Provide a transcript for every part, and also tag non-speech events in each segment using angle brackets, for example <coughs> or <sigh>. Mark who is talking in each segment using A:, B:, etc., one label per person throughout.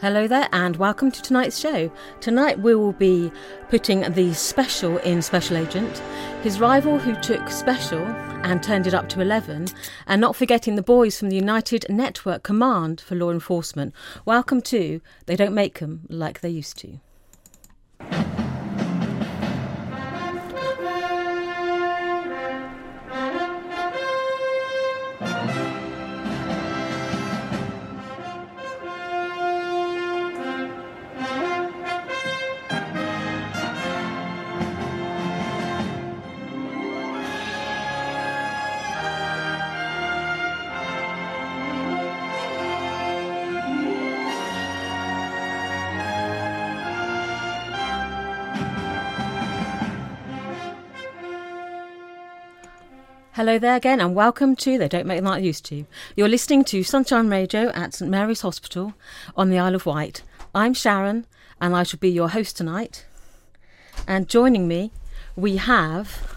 A: Hello there, and welcome to tonight's show. Tonight we will be putting the special in Special Agent, his rival who took special and turned it up to 11, and not forgetting the boys from the United Network Command for Law Enforcement. Welcome to They Don't Make 'Em Like They Used to. Hello there again, and welcome to They Don't Make Them Like They Used to. You're listening to Sunshine Radio at St Mary's Hospital on the Isle of Wight. I'm Sharon, and I shall be your host tonight. And joining me, we have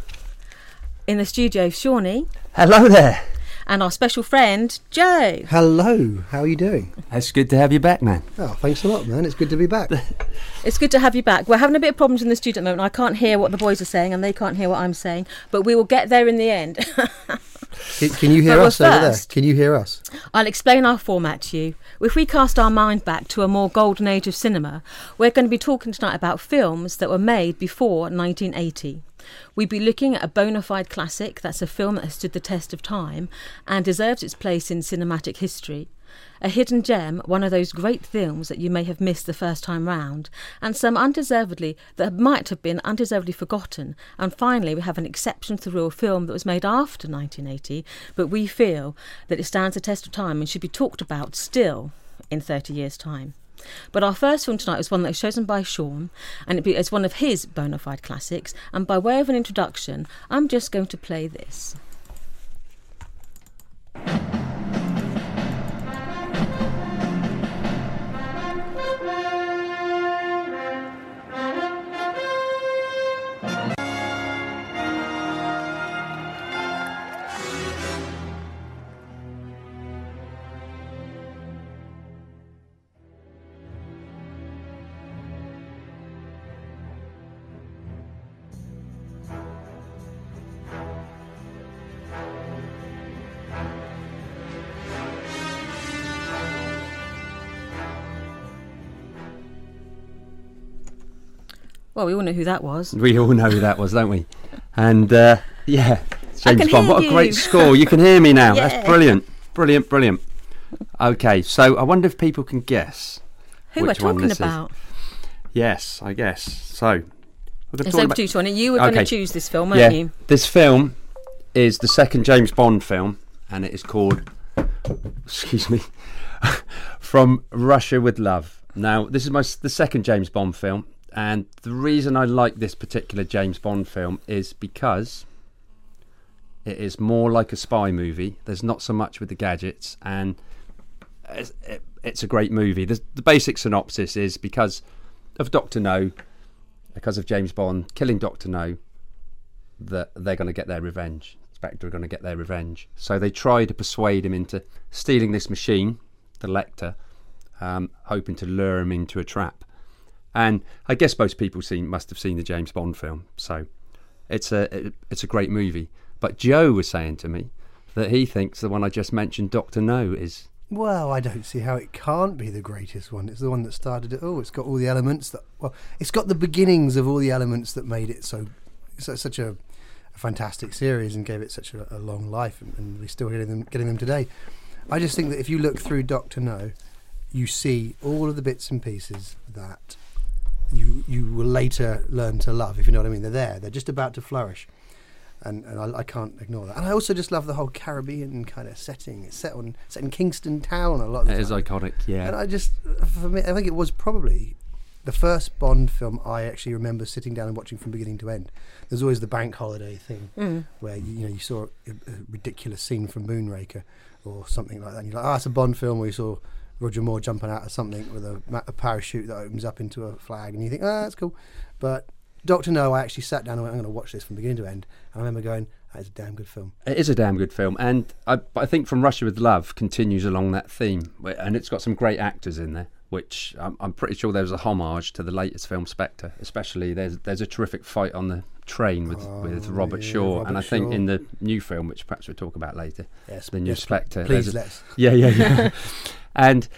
A: in the studio Shawnee
B: Hello there.
A: and our special friend Joe.
B: Hello. How are you doing?
C: It's good to have you back, man.
B: Oh, thanks a lot, man. It's good to be back. <laughs>
A: It's good to have you back. We're having a bit of problems in the studio at the moment. I can't hear what the boys are saying, and they can't hear what I'm saying, but we will get there in the end. <laughs>
B: Can, can you hear
A: But we're
B: us over there?
A: first.
B: Can you hear us?
A: I'll explain our format to you. If we cast our mind back to a more golden age of cinema, we're going to be talking tonight about films that were made before 1980. We'd be looking at a bona fide classic that's a film that has stood the test of time and deserves its place in cinematic history. A hidden gem, one of those great films that you may have missed the first time round, and some undeservedly that might have been undeservedly forgotten. And finally, we have an exception to the rule film that was made after 1980, but we feel that it stands the test of time and should be talked about still in 30 years' time. But our first film tonight was one that was chosen by Sean, and it be, it's one of his bona fide classics. And by way of an introduction, I'm just going to play this. Well, we all know who that was.
C: We all know who that was, don't we? And uh, yeah,
A: I
C: James
A: can
C: Bond.
A: hear
C: What a
A: you.
C: great score! You can hear me now.
A: Yeah.
C: That's brilliant, brilliant, brilliant. Okay, so I wonder if people can guess
A: Who we're
C: which one
A: talking
C: this is.
A: about?
C: Yes, I guess. So we're going
A: It's over to you, Shawnee. You were going
C: Okay.
A: to choose this film,
C: yeah,
A: weren't you?
C: this film is the second James Bond film, and it is called, excuse me, <laughs> From Russia with Love. Now, this is my s- the second James Bond film, and the reason I like this particular James Bond film is because it is more like a spy movie. There's not so much with the gadgets, and it's, it, it's a great movie. The, the basic synopsis is because of Doctor No, because of James Bond killing Doctor No, that they're going to get their revenge. Spectre are going to get their revenge. So they try to persuade him into stealing this machine, the Lecter, um, hoping to lure him into a trap. And I guess most people seen must have seen the James Bond film. So it's a it- it's a great movie. But Joe was saying to me that he thinks the one I just mentioned, Doctor No, is
B: Well, I don't see how it can't be the greatest one. It's the one that started it all. It's got all the elements that well, it's got the beginnings of all the elements that made it so, so such a, a fantastic series and gave it such a, a long life, and, and we're still getting them getting them today. I just think that if you look through Doctor No, you see all of the bits and pieces that you you will later learn to love. If you know what I mean, they're there. They're just about to flourish. and, and I, I can't ignore that. And I also just love the whole Caribbean kind of setting. It's set on set in Kingston Town a lot of the
C: it is
B: time.
C: iconic.
B: and
C: Yeah,
B: I just for me, I think it was probably the first Bond film I actually remember sitting down and watching from beginning to end. There's always the bank holiday thing
C: Mm.
B: where you, you know you saw a, a ridiculous scene from Moonraker or something like that, and you're like, ah, it's a Bond film where you saw. Roger Moore jumping out of something with a, ma- a parachute that opens up into a flag, and you think, ah, that's cool. But Doctor No, I actually sat down and went, I'm going to watch this from beginning to end. And I remember going, that's a damn good film.
C: it is a damn good film, and I, but I think From Russia with Love continues along that theme, wh- and it's got some great actors in there. which I'm, I'm pretty sure there was a homage to the latest film Spectre. Especially there's there's a terrific fight on the train with with
B: Oh,
C: Robert
B: yeah,
C: Shaw,
B: Robert
C: and I think
B: Shaw.
C: in the new film, which perhaps we'll talk about later,
B: Yes,
C: the new
B: yes,
C: Spectre. there's
B: Please
C: a-
B: let's.
C: <laughs> yeah, yeah, yeah. and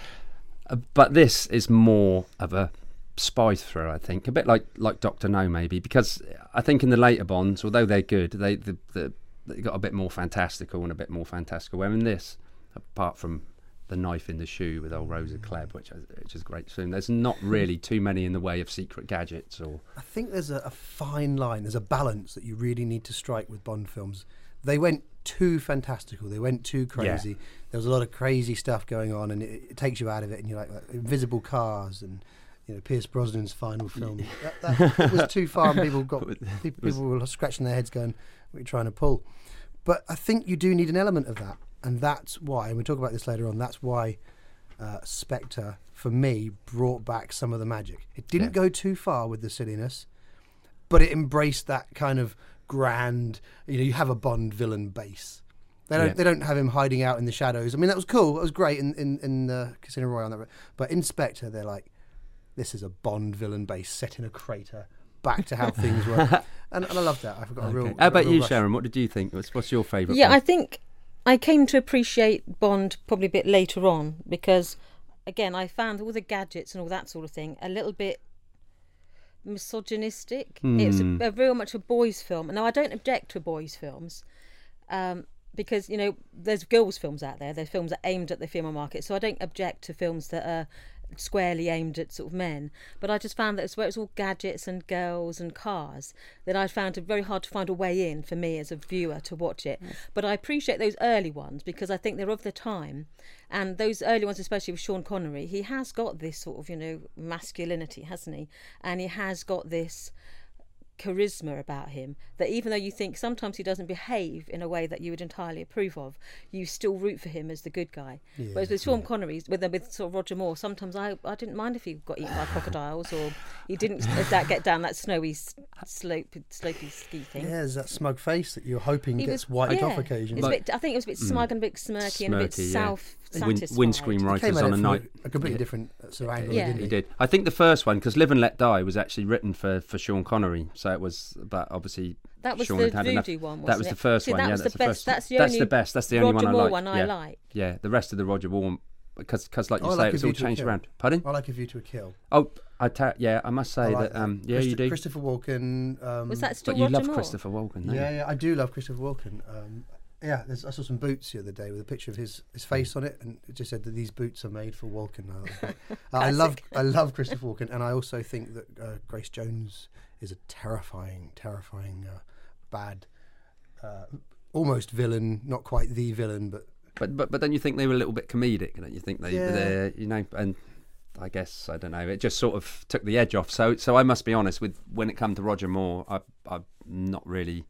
C: uh, but this is more of a spy thriller, I think, a bit like like Doctor No, maybe, because I think in the later Bonds, although they're good, they the, the they got a bit more fantastical and a bit more fantastical. Where in this, apart from the knife in the shoe with old Rosa Klebb, which is, which is a great. So there's not really too many in the way of secret gadgets or
B: I think there's a, a fine line. There's a balance that you really need to strike with Bond films. They went too fantastical. They went too crazy. There was a lot of crazy stuff going on, and it, it takes you out of it. And you're like, like, invisible cars and. You know, Pierce Brosnan's final film. That, that, it was too far, and people got people, people were scratching their heads, going, "What are you trying to pull?" But I think you do need an element of that, and that's why. And we'll talk about this later on. That's why uh, Spectre, for me, brought back some of the magic. It didn't
C: Yeah.
B: go too far with the silliness, but it embraced that kind of grand. You know, you have a Bond villain base. They don't.
C: Yeah.
B: They don't have him hiding out in the shadows. I mean, that was cool. That was great in in in uh, Casino Royale. and that, but in Spectre, they're like, this is a Bond villain base set in a crater. Back to how things
C: <laughs>
B: were, and, and I love that. I've got a real.
C: How
B: a
C: about
B: real
C: you,
B: rush.
C: Sharon? What did you think? What's, what's your favourite?
A: Yeah,
C: one?
A: I think I came to appreciate Bond probably a bit later on because, again, I found all the gadgets and all that sort of thing a little bit misogynistic. It's
C: Hmm.
A: a, a very much a boys' film. Now, I don't object to boys' films um, because, you know, there's girls' films out there, there's films that are aimed at the female market. So I don't object to films that are squarely aimed at sort of men. But I just found that it's where it's all gadgets and girls and cars that I found it very hard to find a way in for me as a viewer to watch it. But I appreciate those early ones because I think they're of the time. And those early ones, especially with Sean Connery, he has got this sort of, you know, masculinity, hasn't he? And he has got this charisma about him that even though you think sometimes he doesn't behave in a way that you would entirely approve of, you still root for him as the good guy. Whereas with Sean Connery, with with sort of Roger Moore, sometimes I, I didn't mind if he got eaten by crocodiles or he
B: <laughs>
A: didn't s- that get down that snowy s- slope slopey ski thing.
B: Yeah, there's that smug face that you're hoping
A: He
B: gets
A: was-
B: wiped
A: yeah,
B: off occasionally.
A: it's a bit, I think it was a bit smug and a bit smirky, and a bit
C: Mm. Smirky, yeah.
A: self
C: Win-
A: satisfied.
C: windscreen
B: came
C: writers
B: at it
C: on a
B: from
C: night.
B: a completely different uh, sort of angle,
A: Yeah.
B: didn't
C: He
B: he?
C: did. I think the first one, because "Live and Let Die" was actually written for, for Sean Connery, so it was. But obviously,
A: That was
C: Sean
A: the
C: had had enough.
A: voodoo one, wasn't
C: that was
A: it?
C: the first
A: See,
C: one.
A: that
C: yeah,
A: was the
C: that's
A: best-
C: first.
A: that's the
C: that's
A: only
C: the best. That's the only
A: Roger
C: one I
A: Moore
C: like.
A: one I
C: yeah.
A: like.
C: Yeah, the rest of the Roger Moore, because because like you
B: I
C: say,
B: like
C: it was
B: A
C: all
B: View to a
C: changed
B: Kill.
C: around. Pardon?
B: I like A View to a Kill.
C: Oh, I ta- yeah, I must
B: I
C: say
B: like
C: that. Um, yeah, you
B: Christo-
C: do.
B: Christopher Walken. Um,
A: Was that still
C: Mm. But you
A: Roger
C: love
A: Moore?
C: Christopher Walken, don't
B: Yeah,
C: you?
B: yeah, I do love Christopher Walken. Um, yeah, there's, I saw some boots the other day with a picture of his,
C: Hmm.
B: his face on it, and it just said that these boots are made for Walken. I, was
A: <laughs>
B: like, uh, I love I love Christopher Walken, and I also think that uh, Grace Jones is a terrifying, terrifying, uh, bad, uh, almost villain, not quite the villain, but
C: But but but then you think they were a little bit comedic, don't you think they
B: Yeah.
C: they you know and. I guess I don't know. It just sort of took the edge off. So, so I must be honest with when it come to Roger Moore, I, I'm not really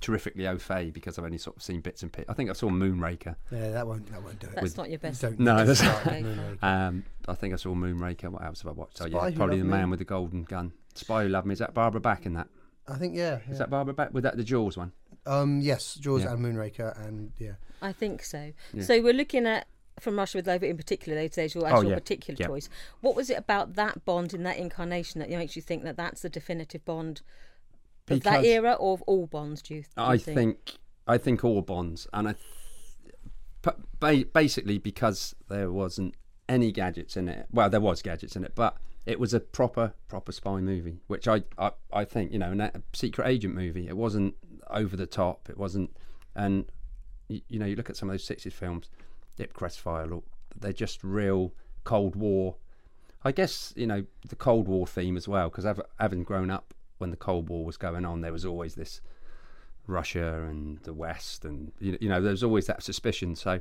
C: terrifically au fait because I've only sort of seen bits and bits. I think I saw Moonraker.
B: yeah, that won't that won't do it.
A: That's not your best.
B: Don't
C: No,
B: get
C: that's-
B: started, Moonraker.
C: Um, I think I saw Moonraker. What else have I watched? Oh,
B: Spy
C: yeah,
B: Who
C: probably
B: Loved
C: the Man
B: Me.
C: with the Golden Gun. Spy Who Loved Me. Is that Barbara Back in that?
B: I think yeah.
C: Is
B: yeah.
C: that Barbara Back? with that the Jaws one?
B: Um, yes, Jaws
C: Yeah.
B: and Moonraker, and yeah,
A: I think so.
C: Yeah.
A: So we're looking at from Russia with Love in particular. Those days, your
C: Oh,
A: actual
C: yeah.
A: particular
C: Yeah.
A: choice. What was it about that Bond in that incarnation that makes you think that that's the definitive Bond of that
C: Because-
A: era or of all Bonds? Do you? Do you
C: I think I think all bonds, and I th- but ba- basically because there wasn't any gadgets in it. Well, there was gadgets in it, but it was a proper proper spy movie, which I I, I think you know, and that- a secret agent movie. It wasn't over the top. It wasn't, and you, you know, you look at some of those sixties films, Ipcrest File, or they're just real Cold War. I guess you know the Cold War theme as well, because having grown up when the Cold War was going on, there was always this Russia and the West, and you you know, there's always that suspicion. So,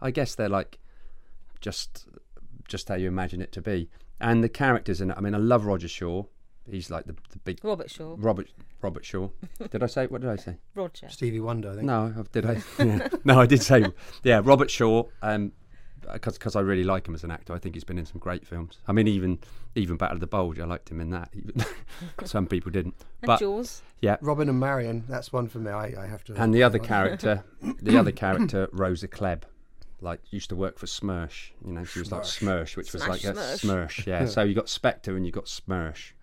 C: I guess they're like just just how you imagine it to be. And the characters in it. I mean, I love Roger Shaw. He's like the, the big
A: Robert Shaw,
C: Robert Robert Shaw. Did I say what did I say?
A: Roger.
B: Stevie Wonder. I think.
C: No, I- did I? Yeah. No, I did say yeah. Robert Shaw. Um, because I really like him as an actor. I think he's been in some great films. I mean, even even Battle of the Bulge. I liked him in that. <laughs> some people didn't.
A: And
C: But
A: Jaws.
C: yeah,
B: Robin and Marion. That's one for me. I, I have to.
A: <laughs>
C: and the other
B: I-
C: character, the other character, Rosa Klebb, like used to work for Smirsh. You know, she was like Smirsh, which was
A: Smash,
C: like a
A: Smirsh.
C: Smirsh. Yeah. So you got Spectre and you got Smirsh.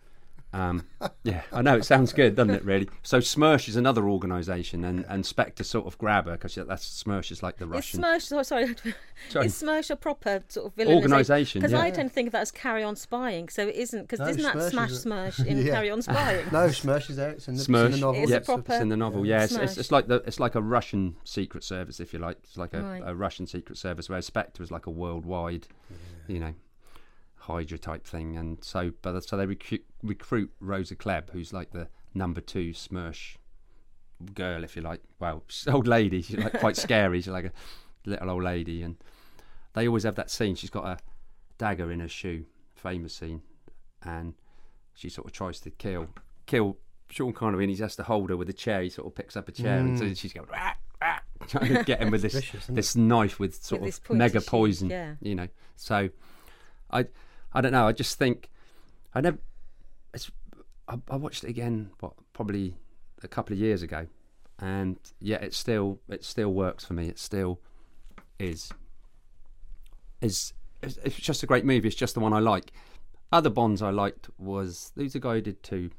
C: Um, yeah, I know it sounds good, doesn't it? Really. So Smirsh is another organisation, and and Spectre sort of grab her because that's Smirsh is like the
A: Is
C: Russian.
A: Smersh, oh, sorry, <laughs>
C: Sorry.
A: is Smersh a proper sort of villain?
C: Organisation,
A: Because
C: yeah.
A: I don't think of that as carry on spying, so it isn't, because
B: No,
A: isn't that
B: Smersh is
A: Smash
B: a- <laughs>
A: Smersh in
B: Yeah.
A: carry on spying?
B: No, Smersh is there. It's in the, it's in the
C: Smersh.
B: novel.
A: It's a
C: Yep,
A: proper-
C: it's in the novel. Yeah, it's, it's,
A: Smash.
C: it's like the it's like a Russian secret service, if you like. It's like a,
A: Right.
C: a Russian secret service, where Spectre is like a worldwide, you know, Hydra type thing. And so, but so they recruit, recruit Rosa Klebb, who's like the number two Smersh girl, if you like. Well, <laughs> she's an old lady. She's
A: <laughs>
C: like quite scary. She's like a little old lady, and they always have that scene. She's got a dagger in her shoe, famous scene, and she sort of tries to kill kill Sean Connery, and he has to hold her with a chair. He sort of picks up a chair, and so she's going rah, rah, <laughs> trying to get him with this
B: Vicious, Mm. isn't it?
C: this knife with sort
A: With this
C: of
A: pointy
C: mega
A: sheath,
C: poison.
A: yeah.
C: You know, so I I don't know. I just think I never. It's I, I watched it again, what probably a couple of years ago, and yet it still it still works for me. It still is is it's, it's just a great movie. It's just the one I like. Other Bonds I liked was who's the guy who did two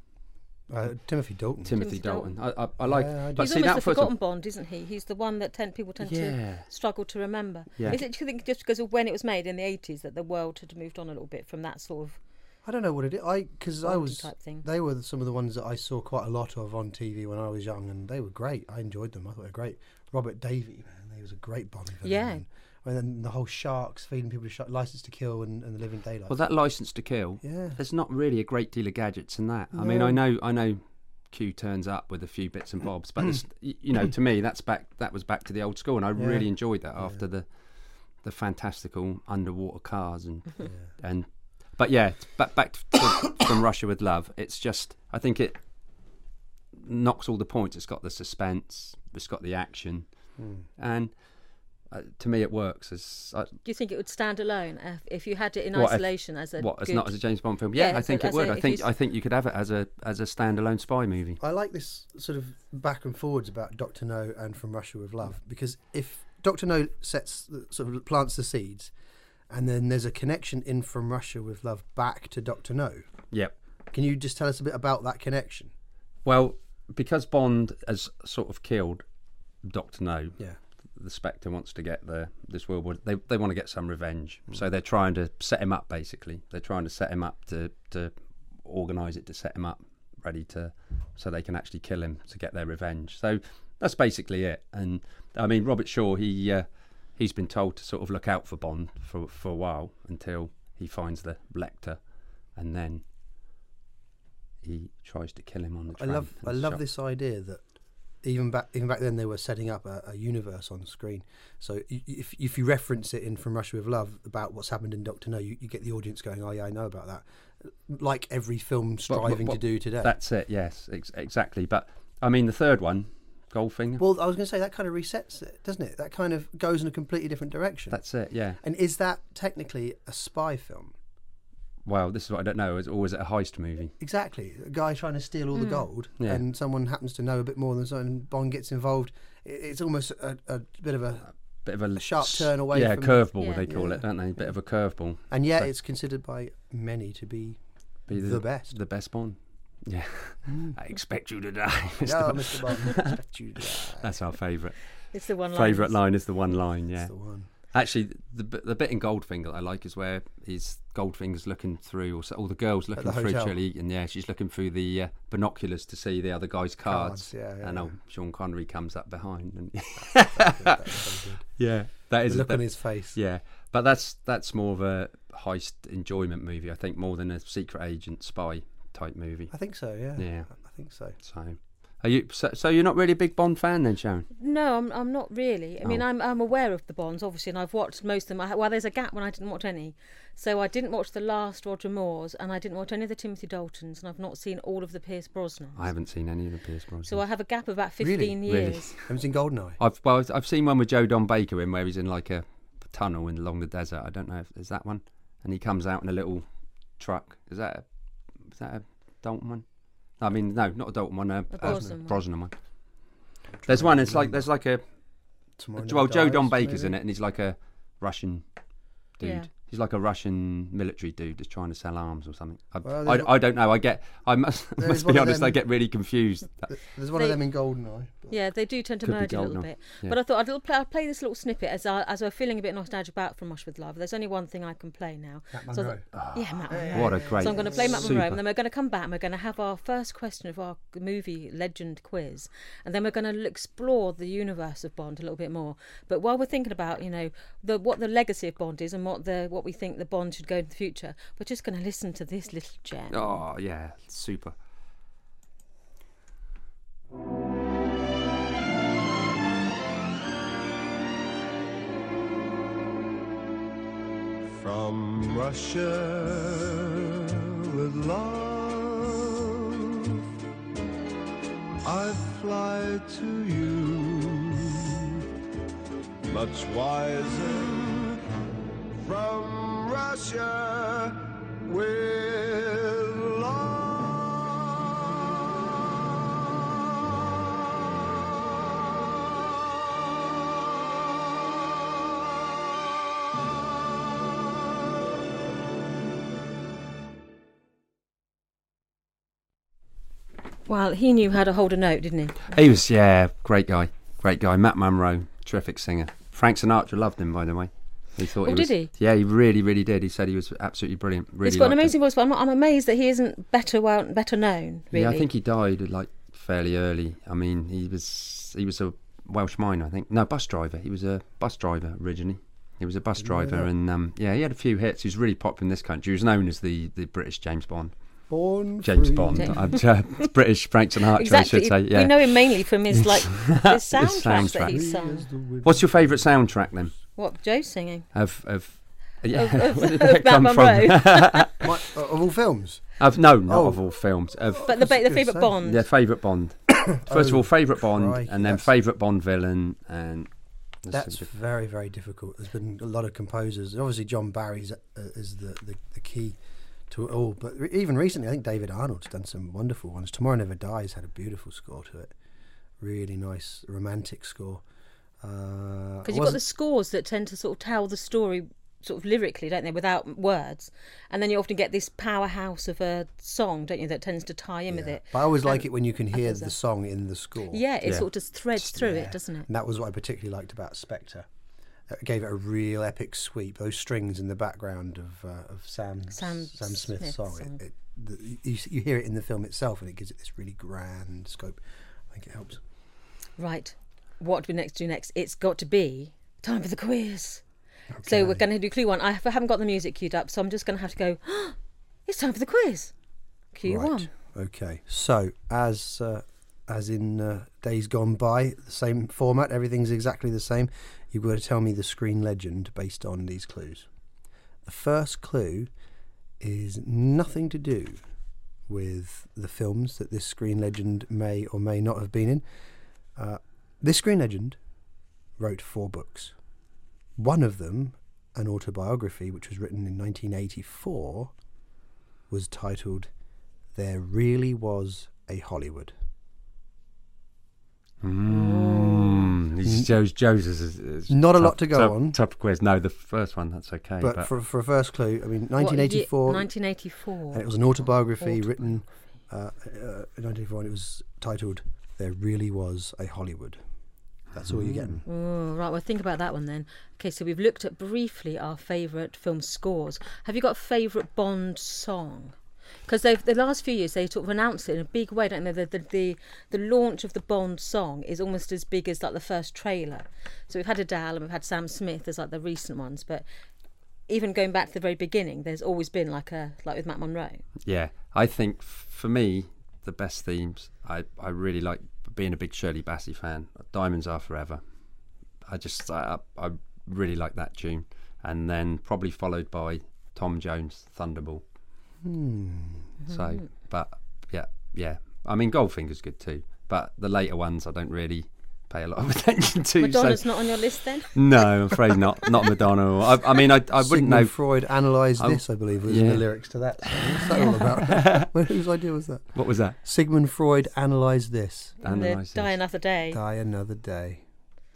B: Uh, Timothy Dalton.
C: Timothy,
A: Timothy
C: Dalton. I I, I like,
B: Yeah, I
C: but
A: He's
C: see
A: almost
C: that
A: the
C: for
A: forgotten Bond, isn't he? He's the one that ten, people tend
C: Yeah.
A: to struggle to remember.
C: Yeah.
A: Is it, do you think, just because of when it was made in the 80s that the world had moved on a little bit from that sort of.
B: I don't know what it is. I because I
A: Bond
B: was
A: type thing.
B: they were some of the ones that I saw quite a lot of on TV when I was young, and they were great. I enjoyed them. I thought they were great. Robert Davey, man, he was a great Bond villain.
A: Yeah.
B: man. And then the whole sharks feeding people to shark, license to kill, and, and the living daylight.
C: well that License to Kill.
B: Yeah.
C: there's not really a great deal of gadgets in that. I mean, I know I know Q turns up with a few bits and bobs,
A: <clears throat>
C: but it's, y- you know, to me that's back that was back to the old school, and I really enjoyed that after the the fantastical underwater cars and and but yeah, back back to, from Russia with love. It's just I think it knocks all the points. It's got the suspense, it's got the action,
B: Hmm.
C: and uh, to me it works. As uh, I,
A: Do you think it would stand alone uh, if you had it in
C: What, if-
A: isolation as a.
C: what as
A: good-
C: not as a James Bond film? Yeah,
A: Yeah,
C: I
A: so
C: think it
A: as
C: would.
A: a-
C: I
A: if
C: think
A: you s-
C: I think you could have it as a as a standalone spy movie.
B: I like this sort of back and forwards about Doctor No and From Russia with Love because if Doctor No sets the- sort of plants the seeds, and then there's a connection in From Russia with Love back to Doctor No.
C: Yep.
B: Can you just tell us a bit about that connection?
C: Well, because Bond has sort of killed Doctor No,
B: Yeah.
C: the Spectre wants to get the this World War. They they want to get some revenge,
B: Hmm.
C: so they're trying to set him up. Basically, they're trying to set him up to to organise it to set him up, ready to so they can actually kill him to get their revenge. So that's basically it. And I mean, Robert Shaw, he uh, he's been told to sort of look out for Bond for for a while until he finds the Lecter, and then. He tries to kill him on the
B: I
C: train.
B: love
C: and
B: I
C: is
B: love
C: shot.
B: this idea that even back even back then they were setting up a, a universe on screen. So y- y- if if you reference it in From Russia with Love about what's happened in Doctor No, you, you get the audience going, "Oh yeah, I know about that." Like every film
C: But- but-
B: striving
C: but
B: to do today.
C: That's it. Yes, ex- exactly. But I mean, the third one, Goldfinger.
B: <laughs> well, I was going to say that kind of resets it, doesn't it? That kind of goes in a completely different direction.
C: that's it. Yeah.
B: and is that technically a spy film?
C: Well, this is what I don't know. Is always a heist movie.
B: Exactly, a guy trying to steal all the gold,
C: Yeah.
B: and someone happens to know a bit more than someone. and Bond gets involved. It, it's almost a, a bit of a
C: Bit of a,
B: sharp
C: s-
B: turn away
C: Yeah,
B: from-
C: curveball
A: Yeah.
C: they call it, don't they? Bit of a curveball.
B: And yet, it's considered by many to be.
C: Be <laughs>
B: The best.
C: The best Bond. Yeah. I expect you to die. Mr.
B: No,
C: Bond.
B: Mr. Bond, expect you to die.
C: <laughs> That's our favourite.
A: It's the one
C: Favourite
A: line.
C: line is the one line. Yeah.
B: That's the one.
C: Actually, the bit- the bit in Goldfinger that I like is where he's Goldfinger's looking through, or, so, or the girl's looking through
B: hotel.
C: Shirley Eaton. Yeah, she's looking through the uh, binoculars to see the other guy's cards.
B: Cards, yeah, yeah,
C: and
B: yeah.
C: old Sean Connery comes up behind, and
B: That's so good.
C: yeah, that <laughs>
B: The
C: is
B: look
C: that-
B: on his face.
C: yeah. But that's that's more of a heist enjoyment movie, I think, more than a secret agent spy type movie.
B: I think so. Yeah.
C: Yeah.
B: I- I think so.
C: So, are you so, so you're not really a big Bond fan then, Sharon?
A: No, I'm, I'm not really. I mean,
C: Oh.
A: I'm, I'm aware of the Bonds, obviously, and I've watched most of them. I, ha- well, there's a gap when I didn't watch any. So I didn't watch the last Roger Moore's, and I didn't watch any of the Timothy Daltons, and I've not seen all of the Pierce Brosnans.
C: I haven't seen any of the Pierce Brosnan.
A: So uh, I have a gap of about 15
B: Really?
A: years.
B: I was in Goldeneye.
C: I've well, I've- I've seen one with Joe Don Baker in where he's in like a tunnel in along the desert. I don't know if is that one, and he comes out in a little truck. Is that a, is that a Dalton one? I mean, no, not a Dalton one. A, a
A: Brosnan one.
C: Brosnan one. There's one. It's like there's like a
B: Tomorrow
C: well,
B: Night
C: Joe
B: Dives,
C: Don Baker's
B: maybe?
C: in it, and he's like a Russian dude.
A: Yeah.
C: He's like a Russian military dude that's trying to sell arms or something. I,
B: Well, there's
C: I, I don't know. I get. <laughs> I must,
B: There is
C: must
B: one
C: be
B: of
C: honest.
B: them-
C: I get really confused.
B: There's one of
A: They-
B: them in Goldeneye. but-
A: Yeah, they do tend to
C: Could be
A: merge a little
C: Goldeneye,
A: bit.
C: yeah.
A: But I thought I'd little play, I'll play this little snippet as I, as we're feeling a bit nostalgic about From Rush with Love. There's only one thing I can play now.
B: Matt
A: So I
B: Monroe. Ah,
A: thought- yeah, Matt Monroe.
C: What a great.
A: So I'm going to play Matt Monroe,
C: super-
A: and then we're going to come back and we're going to have our first question of our movie legend quiz, and then we're going to explore the universe of Bond a little bit more. But while we're thinking about, you know, the what the legacy of Bond is and what the what we think the Bond should go in the future, we're just going to listen to this little gem.
C: Oh yeah, super.
D: From Russia with love, I fly to you, much wiser. From Russia with love.
A: Well, he knew how to hold a note, didn't he?
C: He was yeah, great guy, great guy. Matt Monroe, terrific singer. Frank Sinatra loved him, by the way. He thought
A: Oh,
C: he was,
A: did
C: Yeah, he really, really did. He said he was absolutely brilliant. Really,
A: He's got an
C: liked him.
A: amazing voice, but I'm, not, I'm amazed that he isn't better well better known. Really,
C: Yeah, I think he died like fairly early. I mean, he was he was a Welsh miner, I think. No, bus driver. He was a bus driver originally. He was a bus driver, and um, yeah, he had a few hits. He was really popular in this country. He was known as the, the British James Bond.
B: Born
C: James
B: free.
C: Bond.
A: James-
C: I'm, uh, British Frank Sinatra, I should
A: exactly.
C: say.
A: We
C: Yeah.
A: know him mainly from
C: <laughs>
A: his like his
C: His
A: soundtracks that
C: soundtrack.
A: he's
B: Free
A: sung.
B: as the wind.
C: What's your favourite soundtrack then?
A: What Joe's singing?
C: Of of yeah,
A: of-
C: <laughs> where did
A: of
C: that come
A: Matt
C: from? <laughs>
B: My, uh, of all films?
C: of no, not
B: Oh.
C: of all films. Of
A: But the
B: That's
A: ba-
B: a
A: the
B: good
A: favourite
B: song.
A: Bond.
C: their favourite Bond. First of
B: Oh,
C: all, favourite Bond,
B: crikey,
C: and then
B: that's-
C: favourite Bond villain, and there's some
B: That's
C: good-
B: very, very difficult. There's been a lot of composers. Obviously, John Barry's uh, is the, the, the key to it all. But re- even recently, I think David Arnold's done some wonderful ones. Tomorrow Never Dies had a beautiful score to it. Really nice, romantic score. Uh, Because
A: Because you've got the scores that tend to sort of tell the story sort of lyrically, don't they, without words. And then you often get this powerhouse of a song, don't you, that tends to tie in with it.
B: But I always like it when you can hear
A: think so.
B: the song in the score.
A: Yeah, it
C: Yeah.
A: sort of just threads through
B: Yeah.
A: it, doesn't it?
B: And that was what I particularly liked about Spectre. It gave it a real epic sweep. Those strings in the background of uh, of Sam
A: Sam
B: Sam, Smith's,
A: Smith's
B: song.
A: song.
B: It, it, the, you, you hear it in the film itself, and it gives it this really grand scope. I think it helps.
A: Right. What do we next do next? It's got to be time for the quiz. So we're going to do clue one. I have- I haven't got the music queued up, so I'm just going to have to go, <gasps> it's time for the quiz. Q
B: right.
A: one.
B: Okay. So as uh, as in uh, days gone by, the same format. Everything's exactly the same. You've got to tell me the screen legend based on these clues. The first clue is nothing to do with the films that this screen legend may or may not have been in. Uh, this screen legend wrote four books. One of them, an autobiography which was written in 1984, was titled There Really Was a Hollywood.
C: Mm, he's Joe's. Joe's is, is, is
B: Not a
C: tough-
B: lot to go
C: tough-
B: on.
C: Tough quiz. No, the first one that's okay. But,
B: But, for, for a first clue, I mean,
A: What year-
B: 1984,
A: 1984.
B: and it was an autobiography written uh, uh, in 1984, and it was titled There Really Was a Hollywood. That's all you're getting.
A: Oh, right, well, think about that one then. Okay, so we've looked at briefly our favourite film scores. Have you got a favourite Bond song? Because the last few years they sort of announced it in a big way, don't they? The, the, the, the launch of the Bond song is almost as big as like the first trailer. So we've had Adele and we've had Sam Smith as like the recent ones, but even going back to the very beginning, there's always been like a like with Matt Monroe.
C: yeah, I think f- for me the best themes. I I really like being a big Shirley Bassey fan. Diamonds Are Forever. I just I, I I really like that tune, and then probably followed by Tom Jones Thunderball. Hmm.
B: Hmm.
A: Mm-hmm.
C: So, but yeah, yeah. I mean, Goldfinger's good too, but the later ones I don't really pay a lot of <laughs> attention to. so-
A: Madonna's not on your list then?
C: <laughs> No, I'm afraid not. Not Madonna. I, I mean, I, I wouldn't
B: Sigmund
C: know.
B: Freud analysed this, I believe, was in
C: yeah.
B: the lyrics to that. song. What's that all about?
C: <laughs>
B: Well, Whose idea was that?
C: What was that?
B: Sigmund Freud analysed this.
A: And the
C: Analysis.
A: Die Another Day.
B: Die another day.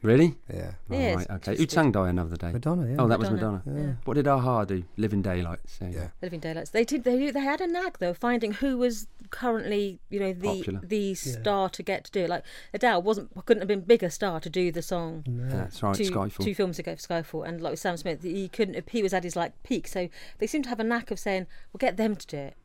C: Really?
B: Yeah.
A: Yes,
C: Alright, okay. Who
A: interesting.
C: sang Die Another Day?
B: Madonna, yeah.
C: Oh, that was
A: Madonna,
C: Madonna.
A: yeah.
C: What did Aha do? Living Daylight. So,
B: Yeah.
A: Living Daylights. They did. They they had a knack though, finding who was currently you know the
C: Popular.
A: the star to get to do it. Like Adele wasn't couldn't have been bigger star to do the song.
C: That's right,
A: Two,
C: Uh, Skyfall.
A: two films ago, Skyfall, and like with Sam Smith, he couldn't. He was at his like peak, so they seem to have a knack of saying, "We'll get them to do it."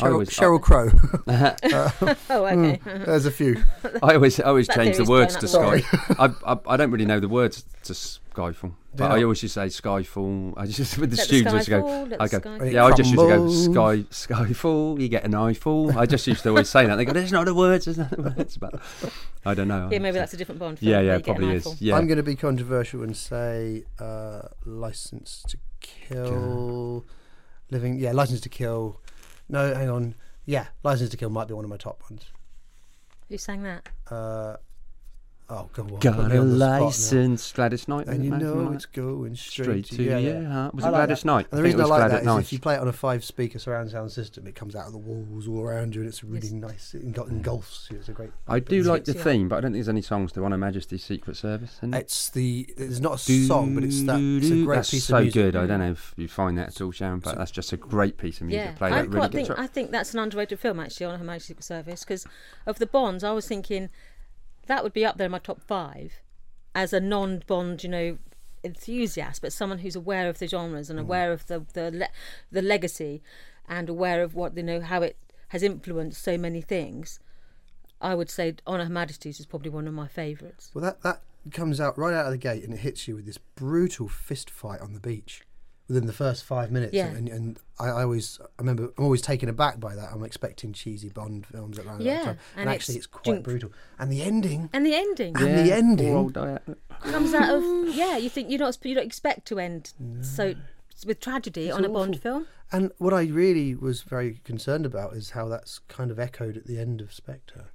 C: I
B: Cheryl,
C: always-
B: Cheryl Crow.
A: Oh,
C: Hmm.
A: okay.
B: There's a few.
C: I always I always
A: That
C: change the
A: theory's blown
C: words
A: out
C: to
A: the water.
C: Sky. I, I I don't really know the words to Skyfall, but I
B: Yeah.
C: always just say Skyfall. I just <laughs> with the
A: Let the
C: students
A: sky
C: I used to go.
A: fall, let
C: I
A: the
C: go.
A: sky
B: fall.
C: yeah, I just used to go
B: Crumble.
C: Sky Skyfall. You get an eyeful. I just used to always say that. They go, "There's not the words. There's not the words." But I don't know.
A: yeah, maybe that's a different Bond. Film
C: yeah,
A: where
C: yeah,
A: you get an
C: probably
A: eyeful.
C: is. Yeah,
B: I'm going to be controversial and say uh, License to Kill. Living. Yeah, License to Kill. No, hang on. Yeah, License to Kill might be one of my top ones.
A: Who sang that?
B: Uh, oh, God. well, put
C: got
B: me
C: a
B: on the spot now.
C: license. Gladys Knight.
B: And
C: wasn't
B: you
C: it?
B: know
C: Knight?
B: it's going straight,
C: straight to
B: your
C: your
B: heart.
C: heart. Was
B: I
C: it
B: like
C: Gladys
B: that.
C: Knight?
B: And the
C: I think
B: reason
C: it
B: I
C: was
B: like
C: Gladys
B: that is
C: Knight.
B: if you play it on a five speaker surround sound system, it comes out of the walls all around you and it's really nice. It engul- engulfs you. It's a great.
C: Mm. I do like the
A: Yeah.
C: theme, but I don't think there's any songs to Honor Majesty's Secret Service. And
B: It's the. It's not a song, but it's that. It's a great
C: that's
B: piece
C: so
B: of music.
C: good. I don't know if you find that at all, Sharon, but that's just a great piece of music.
A: Yeah,
C: Play
A: I
C: that really
A: quite
C: gets
A: think
C: up.
A: I think that's an underrated film actually on Her Majesty's Secret Service because of the Bonds, I was thinking that would be up there in my top five as a non-Bond, you know, enthusiast, but someone who's aware of the genres
C: Mm.
A: and aware of the the le- the legacy and aware of what you know how it has influenced so many things. I would say On Her Majesty's is probably one of my favourites.
B: Well, that that comes out right out of the gate and it hits you with this brutal fist fight on the beach within the first five minutes.
A: Yeah.
B: And, and I, I always, I remember, I'm always taken aback by that. I'm expecting cheesy Bond films around
A: Yeah,
B: that time, and,
A: and
B: actually,
A: it's
B: it's quite
A: junk.
B: brutal. And the ending.
A: And the ending
B: And the ending.
C: Poor old Diana.
A: comes out of
C: <laughs>
A: yeah, you think you're not you don't expect to end so with tragedy on a Bond film.
B: And what I really was very concerned about is how that's kind of echoed at the end of Spectre.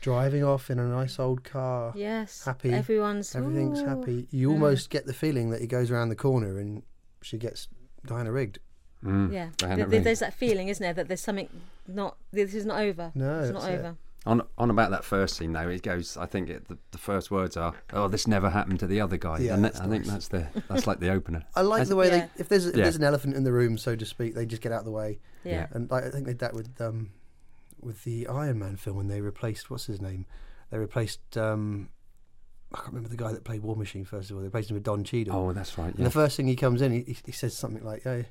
B: Driving off in a nice old car,
A: Yes.
B: happy,
A: Everyone's
B: everything's
A: "Ooh." Mm.
B: happy. You almost get the feeling that he goes around the corner and she gets Diana rigged.
A: Yeah.
C: Diana
A: There-
C: Rigg.
A: there's that feeling, isn't there, that there's something not. This is not over.
B: No,
A: it's not
B: that's it.
A: over.
C: On on about that first scene though, it goes. I think it, the, the first words are, "Oh, this never happened to the other guy,"
B: Yeah,
C: and that,
B: that's
C: I think that's the that's like the
B: <laughs>
C: opener.
B: I like
C: That's-
B: the way
A: Yeah.
B: they if there's if
C: Yeah.
B: there's an elephant in the room, so to speak, they just get out of the way.
A: Yeah.
C: Yeah.
B: And like, I think they did that with um, with the Iron Man film when they replaced what's his name? They replaced um, I can't remember the guy that played War Machine first of all. They replaced him with Don Cheadle.
C: Oh, that's right.
B: And
C: Yeah.
B: the first thing he comes in, he, he says something like, "Oh,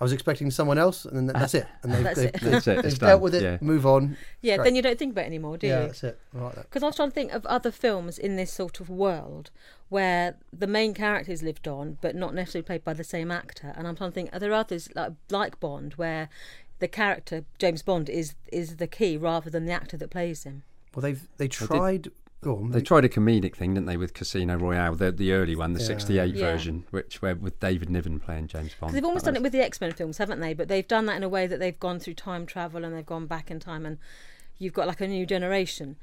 B: I was expecting someone else," and then that, that's it.
A: <laughs>
B: And they've,
A: That's
B: they've,
A: it.
B: they've-
C: That's it,
B: they've
C: it's
B: dealt
C: done,
B: with it.
C: yeah.
B: Move on.
A: Yeah,
B: Great.
A: then you don't think about it anymore, do
B: yeah,
A: you?
B: that's it. I like that.
A: Because I was trying to think of other films in this sort of world where the main character is lived on, but not necessarily played by the same actor. And I'm trying to think, are there others like like Bond where the character James Bond is is the key rather than the actor that plays him?
B: Well, they've they tried. go on,
C: They
B: they-
C: tried a comedic thing, didn't they, with Casino Royale, the the early one, the
B: Yeah.
C: '68
A: Yeah.
C: version, which where with David Niven playing James Bond.
A: Because they've almost
C: That
A: done it
C: was-
A: with the X Men films, haven't they? But they've done that in a way that they've gone through time travel and they've gone back in time, and you've got like a new generation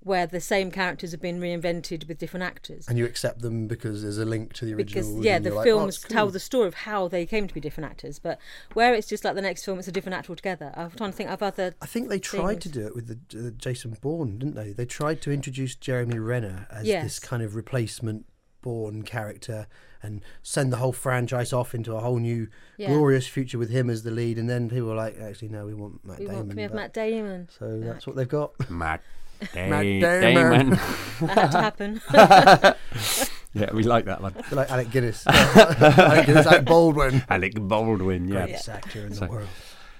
A: where the same characters have been reinvented with different actors.
B: and you accept them because there's a link to the original.
A: Because yeah,
B: and
A: the
B: you're like, "Oh,
A: films
B: it's
A: tell
B: cool."
A: the story of how they came to be different actors. But where it's just like the next film, it's a different actor altogether. I'm trying to think of other.
B: I think they tried to do it with the uh, Jason Bourne, didn't they? They tried to introduce Jeremy Renner as
A: Yes.
B: this kind of replacement Bourne character and send the whole franchise off into a whole new
A: Yeah.
B: glorious future with him as the lead. And then people were like, actually, no, we want Matt
A: We
B: Damon.
A: want, can we have
B: back."
A: Matt
B: <laughs>
A: Damon?
B: So that's what they've got. <laughs>
C: Matt
B: Damon.
C: Damon.
A: That had to happen.
C: <laughs>
A: <laughs>
C: yeah, we like that one.
B: They're like Alec Guinness. <laughs> Alec Guinness, Alec Baldwin.
C: Alec Baldwin. Yeah.
B: Greatest actor in the
C: So-
B: world.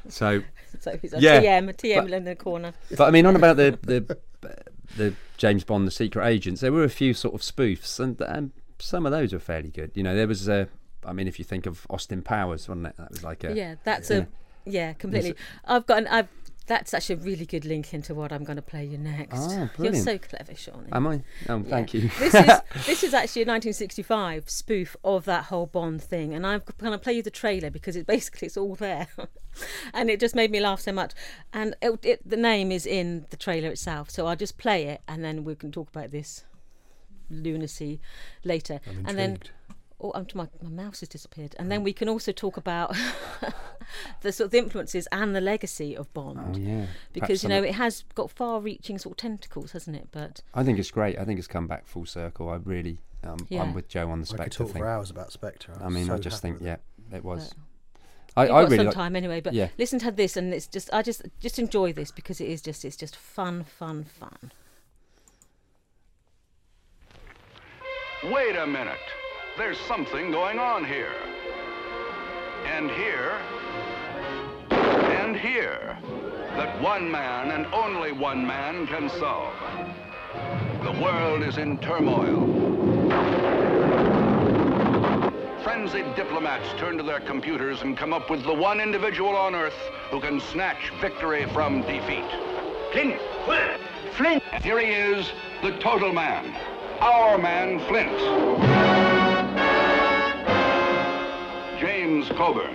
C: So
A: so he's a
C: Yeah,
A: TM, a TM
C: but-
A: in the corner.
C: But I mean, on about the the the James Bond, the Secret Agents, there were a few sort of spoofs, and and some of those were fairly good. You know, there was a. I mean, if you think of Austin Powers, wasn't it? That was like a.
A: Yeah, that's a yeah, completely. I've got an I've that's actually a really good link into what I'm going to play you next.
C: Ah,
A: You're
C: brilliant.
A: so clever, Shawnee.
C: <laughs> Am I? Oh, thank
A: Yeah.
C: you. <laughs>
A: this is this is actually a 1965 spoof of that whole Bond thing, and I'm going to play you the trailer because it <laughs> basically it's all there, <laughs> and it just made me laugh so much. And it, it, the name is in the trailer itself, so I'll just play it, and then we can talk about this lunacy later.
B: I'm
A: and then
B: intrigued.
A: oh, um, my, my mouse has disappeared, and then we can also talk about <laughs> the sort of the influences and the legacy of Bond.
C: Oh, yeah.
A: Because
C: Perhaps
A: you know
C: some-
A: it has got far-reaching sort of tentacles, hasn't it? But
C: I think it's great. I think it's come back full circle. I really, um,
A: Yeah.
C: I'm with Joe on the
B: I could
C: Spectre
B: talk
C: thing.
B: for hours about Spectre.
C: I mean,
B: so
C: I just
B: happy
C: think,
B: with it.
C: yeah, it was.
A: we've
C: I, I
A: got
C: really
A: some
C: like.
A: time anyway. But
C: yeah.
A: listen to this, and it's just I just just enjoy this because it is just it's just fun, fun, fun. <laughs>
E: Wait a minute. There's something going on here. And here. And here. That one man and only one man can solve. The world is in turmoil. Frenzied diplomats turn to their computers and come up with the one individual on Earth who can snatch victory from defeat. Clint! Flint! Here he is, the total man. Our man, Flint. James Coburn.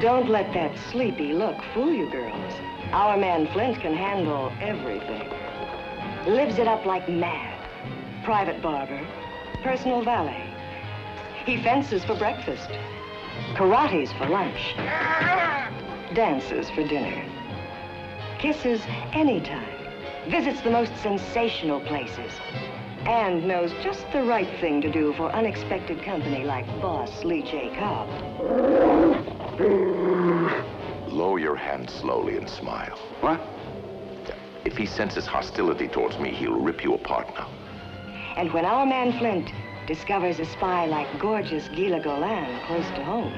F: Don't let that sleepy look fool you girls. Our man Flint can handle everything. Lives it up like mad. Private barber, personal valet. He fences for breakfast, karate's for lunch, dances for dinner, kisses anytime, visits the most sensational places, and knows just the right thing to do for unexpected company like boss Lee J. Cobb.
G: Lower your hand slowly and smile.
E: What?
G: If he senses hostility towards me, he'll rip you apart now.
F: And when our man Flint discovers a spy like gorgeous Gila Golan close to home,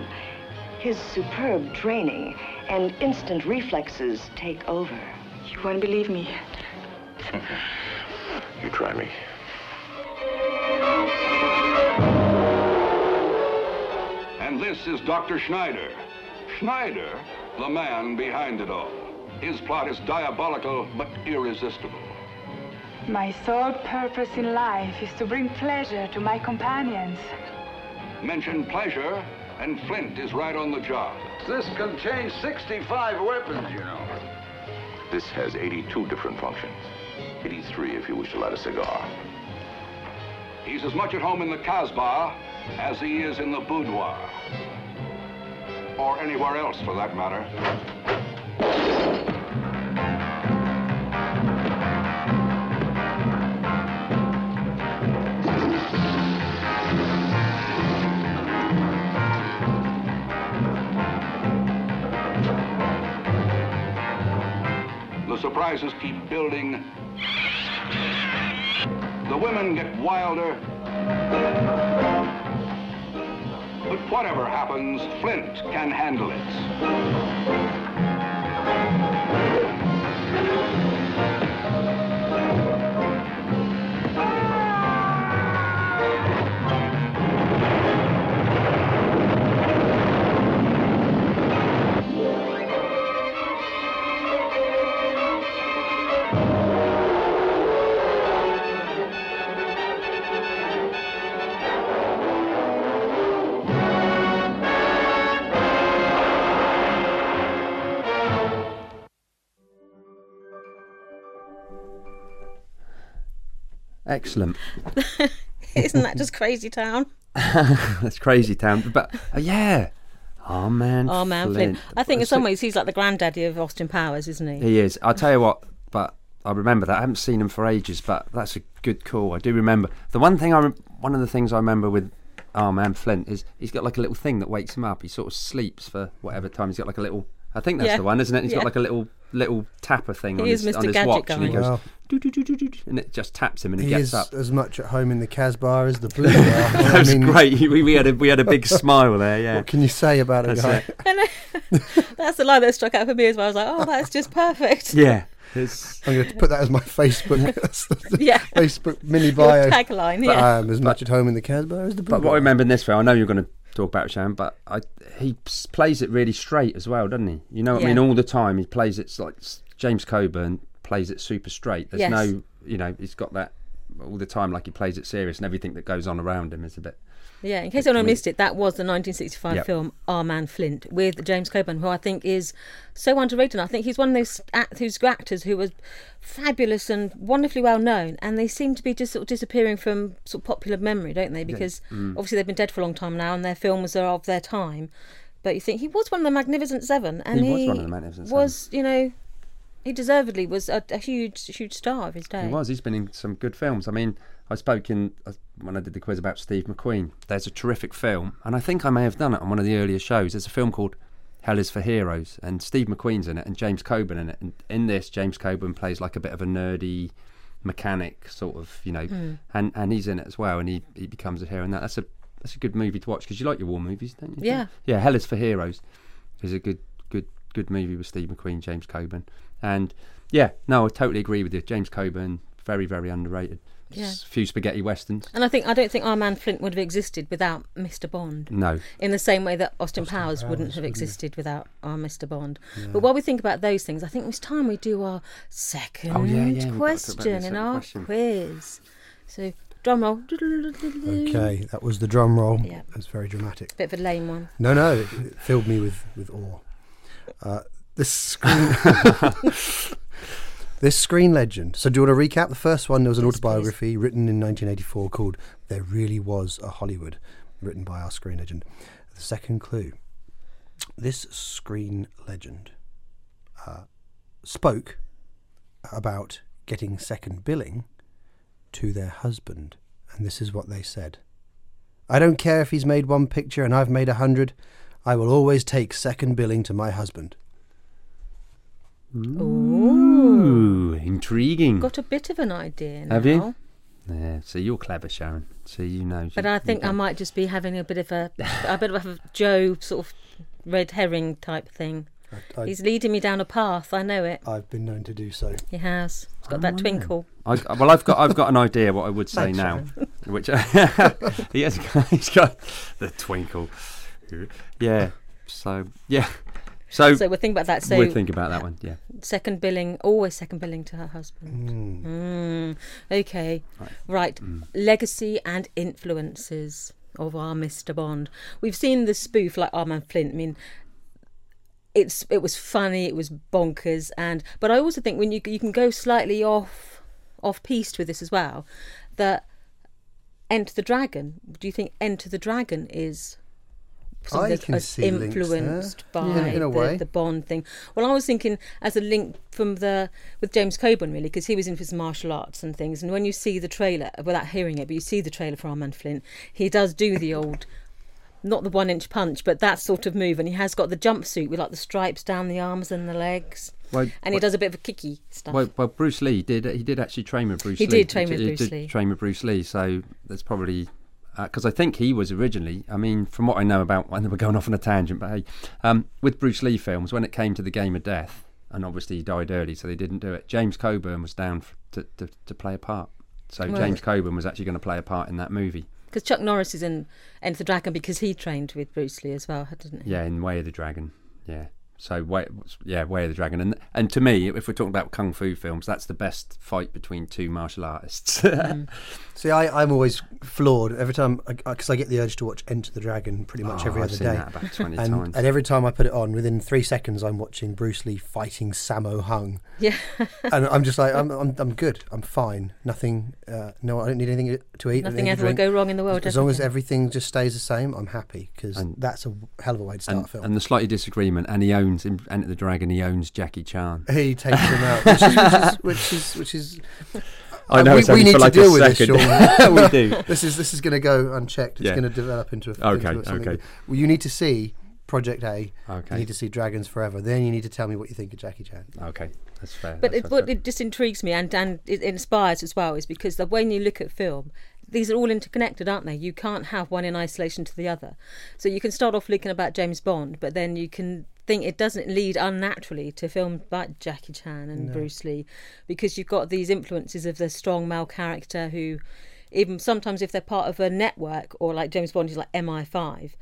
F: his superb training and instant reflexes take over.
H: You won't believe me.
G: You try me.
E: And this is Dr. Schneider. Schneider, the man behind it all. His plot is diabolical but irresistible.
H: My sole purpose in life is to bring pleasure to my companions.
E: Mention pleasure, and Flint is right on the job. This contains 65 weapons, you know.
G: This has 82 different functions. 83 if you wish to light a cigar.
E: He's as much at home in the Casbah as he is in the boudoir. Or anywhere else, for that matter. The surprises keep building. The women get wilder. But whatever happens, Flint can handle it.
C: Excellent. <laughs>
A: Isn't that just crazy town?
C: That's crazy town. But uh, yeah, oh man.
A: Oh man, Flint. I think in
C: It's
A: some
C: like-
A: ways he's like the granddaddy of Austin Powers, isn't he?
C: He is. I'll tell you what, but I remember that. I haven't seen him for ages, but that's a good call. I do remember. The one thing I, rem- one of the things I remember with our man Flint is he's got like a little thing that wakes him up. He sort of sleeps for whatever time. He's got like a little. I think that's
A: Yeah.
C: the one, isn't it? He's
A: Yeah.
C: got like a little little tapper thing on
A: He is
C: his, on
A: Mr.
C: his
A: Gadget
C: watch, and he
A: guy.
C: goes
B: Wow.
C: doo doo doo doo doo, and it just taps him, and he,
B: He
C: gets
B: is
C: up.
B: as much at home in the Casbah
C: <laughs>
B: as the boudoir. I
C: That was
B: mean,
C: great. <laughs> We, we had a we had a
B: <laughs>
C: big smile there. Yeah.
B: What can you say about a
C: That's
B: guy?
C: it.
A: <laughs> That's the line that struck out for me as well. I was like, oh, that's just perfect.
C: Yeah. It's,
B: I'm going to put that as
A: <laughs>
B: my Facebook
A: yeah.
B: Facebook mini
A: Your
B: bio.
A: tagline,
B: But
A: yeah.
B: I am as much at home in the Casbah as the
C: But what I
B: boudoir.
C: remember in this film, I know you're going to talk about it, Sharon, but I, he s- plays it really straight as well, doesn't he? You know what
A: Yeah.
C: I mean? All the time he plays it s- like s- James Coburn plays it super straight. There's
A: Yes.
C: no, you know, he's got that all the time, like he plays it serious, and everything that goes on around him is a bit.
A: Yeah, in case anyone missed it, that was the 1965
C: Yep.
A: film Our Man Flint with James Coburn, who I think is so underrated. I think he's one of those act- who's actors who was fabulous and wonderfully well known, and they seem to be just sort of disappearing from sort of popular memory, don't they? Because
C: Mm.
A: obviously they've been dead for a long time now, and their films are of their time. But you think he was one of the Magnificent Seven, and
C: He
A: he,
C: was one of the Magnificent
A: was, you know, he deservedly was a, a huge, huge star of his day.
C: He was. He's been in some good films. I mean, I spoke in uh, when I did the quiz about Steve McQueen. There's a terrific film, and I think I may have done it on one of the earlier shows. There's a film called Hell is for Heroes, and Steve McQueen's in it, and James Coburn in it. And in this, James Coburn plays like a bit of a nerdy mechanic, sort of, you know, and and he's in it as well, and he, he becomes a hero. And that that's a that's a good movie to watch because you like your war movies, don't you? Jim?
A: Yeah.
C: yeah. Hell is for Heroes is a good good good movie with Steve McQueen, James Coburn, and yeah, no, I totally agree with you. James Coburn, very very underrated.
A: Yeah. Uh,
C: S- few spaghetti westerns.
A: And I think I don't think Our Man Flint would have existed without Mr. Bond.
C: No,
A: in the same way that Austin, Powers, wouldn't have existed without our Mr. Bond. But while we think about those things, I think it's time we do our second
C: Oh, yeah, yeah, we've got to talk about the
A: question in
C: second
A: our
C: question.
A: quiz. So, drum roll.
B: Okay, that was the drum roll.
A: Mm. Yeah.
B: It was very dramatic.
A: Bit of a lame one.
B: No, no, it, it filled me with with awe. Uh, this screen, <laughs> this screen legend. So, do you want to recap the first one? There was an
A: Yes,
B: autobiography written in 1984 called "There Really Was a Hollywood," written by our screen legend. The second clue: this screen legend uh, spoke about getting second billing to their husband, and this is what they said. I don't care if he's made one picture and I've made a hundred. I will always take second billing to my husband.
C: Mm. ooh, intriguing.
A: Got a bit of an idea now.
C: Have you? yeah, so you're clever, Sharon. So you know.
A: But
C: you-
A: I
C: you
A: think I
C: can-
A: might just be having a bit of a, a bit of a Joe sort of red herring type thing.
B: I-
A: He's leading me down a path. I know it.
B: I've been known to do so.
A: He has. He's
C: Oh,
A: got that twinkle.
C: I, well, I've got I've got an idea what
A: <laughs>
C: I would say now, which <laughs> he has got, he's got the twinkle. Yeah. So yeah. So,
A: So we'll think about that. So
C: we'll think about that one. Yeah.
A: second billing, always second billing to her husband. Mm. Okay, right. Mm. Legacy and influences of our Mr. Bond. We've seen the spoof like Our Man Flint. I mean, it's it was funny, it was bonkers, and but I also think when you you can go slightly off off piste with this as well, that Enter the Dragon. Do you think Enter the Dragon is something
B: I
A: that
B: can
A: was
B: see links
A: influenced
B: there.
A: by
B: Yeah, in a
A: the,
B: way.
A: the Bond thing. Well, I was thinking as a link from the with James Coburn really because he was into his martial arts and things. And when you see the trailer, without hearing it, but you see the trailer for Armand Flint, he does do the old. Not the one inch punch, but that sort of move. And he has got the jumpsuit with like the stripes down the arms and the legs.
C: Well,
A: and he
C: well-
A: does a bit of a kicky stuff.
C: Well, well, Bruce Lee did. He did actually train with Bruce
A: He
C: Lee.
A: did train with
C: he
A: Bruce
C: did
A: Lee.
C: Train with Bruce Lee. So that's probably because I think he was originally. I mean, from what I know about, and we're going off on a tangent, but hey, um, with Bruce Lee films, when it came to the Game of Death, and obviously he died early, so they didn't do it. James Coburn was down f to, to to play a part. So James Coburn was actually going to play a part in that movie.
A: Because Chuck Norris is in Enter the Dragon because he trained with Bruce Lee as well, didn't he?
C: Yeah, in Way of the Dragon. Yeah. So way, yeah, Way of the Dragon, and and to me, if we're talking about kung fu films, that's the best fight between two martial artists. <laughs>
B: See, I, I'm always flawed every time because I, get the urge to watch Enter the Dragon pretty much
C: Oh,
B: every
C: I've
B: other
C: seen
B: day.
C: that about 20
B: and,
C: times.
B: and every time I put it on, within three seconds, I'm watching Bruce Lee fighting
A: <laughs>
B: Sammo Hung,
A: Yeah.
B: and I'm just like, I'm, I'm, I'm good, I'm fine, nothing, uh, no, I don't need anything to eat. I don't
A: Nothing
B: need to
A: ever will
B: drink.
A: go wrong in the world.
B: As long as
A: does it?
B: everything just stays the same, I'm happy because that's a hell of a way to start
C: and,
B: a film.
C: and the slightly disagreement, and he owns in Enter the Dragon. He owns Jackie Chan.
B: he takes him out, which is which is which is.
C: <laughs> I know
B: we,
C: it's
B: we
C: only
B: need
C: for like
B: to deal
C: a <laughs>
B: with
C: second.
B: this, Sean.
C: We do.
B: <laughs> This is this is going to go unchecked. It's
C: Yeah.
B: going to develop into a
C: Okay,
B: into something.
C: okay.
B: Well, you need to see Project A.
C: Okay.
B: You need to see Dragons Forever. Then you need to tell me what you think of Jackie Chan.
C: Okay, that's fair.
A: But
C: that's
A: it,
C: fair.
A: what it just intrigues me and, and it inspires as well is because the, when you look at film, these are all interconnected, aren't they? You can't have one in isolation to the other. So you can start off looking about James Bond, but then you can think it doesn't lead unnaturally to film like Jackie Chan and Bruce Lee because you've got these influences of the strong male character who, even sometimes if they're part of a network or like James Bond is like MI5,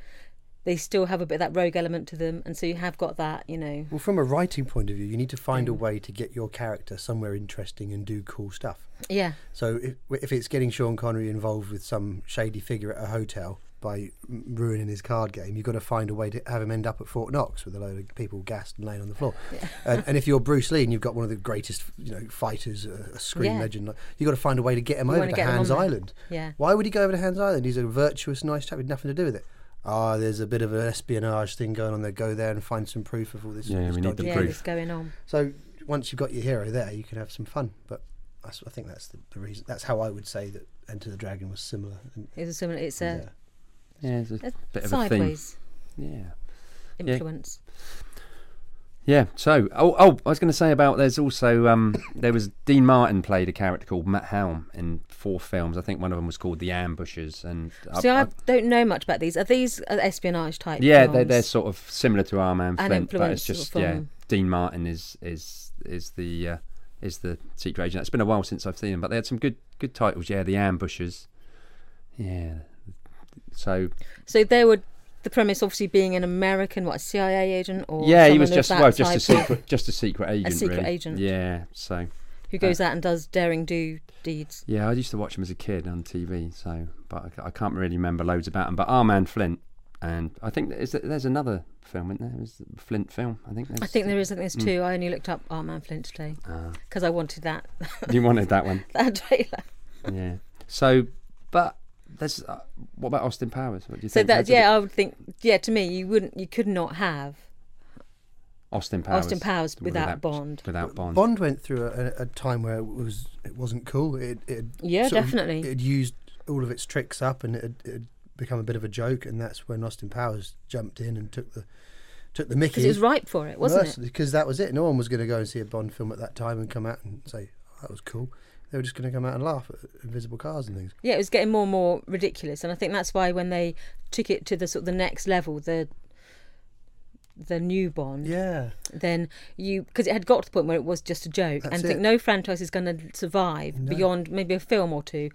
A: they still have a bit of that rogue element to them, and so you have got that, you know.
B: Well, from a writing point of view, you need to find
C: Mm.
B: a way to get your character somewhere interesting and do cool stuff.
A: Yeah,
B: So if, if it's getting Sean Connery involved with some shady figure at a hotel by m- ruining his card game, you've got to find a way to have him end up at Fort Knox with a load of people gassed and laying on the floor. And, and if you're Bruce Lee and you've got one of the greatest, you know, fighters, a, a screen
A: Yeah.
B: legend, like, you've got to find a way to get him
A: You
B: over
A: wanna
B: to
A: get him on
B: Hans
A: there.
B: Island.
A: Yeah.
B: Why would he go over to Hans Island? He's a virtuous, nice chap with nothing to do with it. Ah, there's a bit of an espionage thing going on there. Go there and find some proof of all this.
C: Yeah,
B: this
C: we need the
B: dodgy
A: yeah,
C: proof.
A: it's going on.
B: so once you've got your hero there, you can have some fun. But that's, I think that's the, the reason. That's how I would say that Enter the Dragon was similar. And,
A: It's a similar. It's
B: yeah.
A: a,
C: Yeah, it's a
A: a
C: bit of
A: sideways
C: a theme. Yeah. Yeah.
A: influence.
C: Yeah. So, oh, oh, I was going to say about there's also um, <coughs> there was Dean Martin played a character called Matt Helm in four films. I think one of them was called The Ambushers, and I-
A: See, I,
C: I-
A: don't know much about these. Are these uh, espionage type?
C: yeah, they're,
A: films?
C: they're sort of similar to Our Man
A: An
C: Flint, but it's
A: influence
C: just
A: from-
C: yeah, Dean Martin is is is the uh, is the secret agent. It's been a while since I've seen him, but they had some good good titles. Yeah, The Ambushers. Yeah. So
A: So they would. The premise, obviously, being an American, what a CIA agent or
C: yeah, he
A: someone
C: was
A: of
C: just
A: that
C: well, just a
A: type
C: secret, just
A: <laughs>
C: a secret agent.
A: secret
C: really.
A: agent.
C: Yeah. So
A: who goes out and does daring do deeds.
C: Yeah, I used to watch him as a kid on TV. So, but I ca- I, can't really remember loads about him. But Our Man Flint, and I think th- is there- there's another film, isn't there? Is the Flint film? I think. There's,
A: I think there is. I think
C: Mm.
A: there's two. I only looked up Art Man Flint today
C: Ah.
A: because I wanted that <laughs>
C: <laughs> You wanted that one,
A: that trailer.
C: yeah. So, but there's uh, what about Austin Powers? What do you
A: So
C: think?
A: that
C: a bit-
A: yeah, I would think yeah. To me, you wouldn't, you could not have
C: Austin Powers.
A: Austin Powers without Bond.
C: Without Bond.
B: Bond went through a, a time where it was it wasn't cool. It, it had
A: Yeah,
B: sort of-
A: definitely.
B: it had used all of its tricks up, and it had, it had become a bit of a joke. And that's when Austin Powers jumped in and took the took the Mickey.
A: because it was ripe for it, wasn't it?
B: Because that was it. No one was going to go and see a Bond film at that time and come out and say "Oh, that was cool. They were just going to come out and laugh at invisible cars and things.
A: Yeah, it was getting more and more ridiculous, and I think that's why when they took it to the sort of the next level, the the new Bond,
B: Yeah.
A: then you because it had got to the point where it was just a joke,
B: That's
A: and think
B: it.
A: no franchise is going to survive beyond maybe a film or two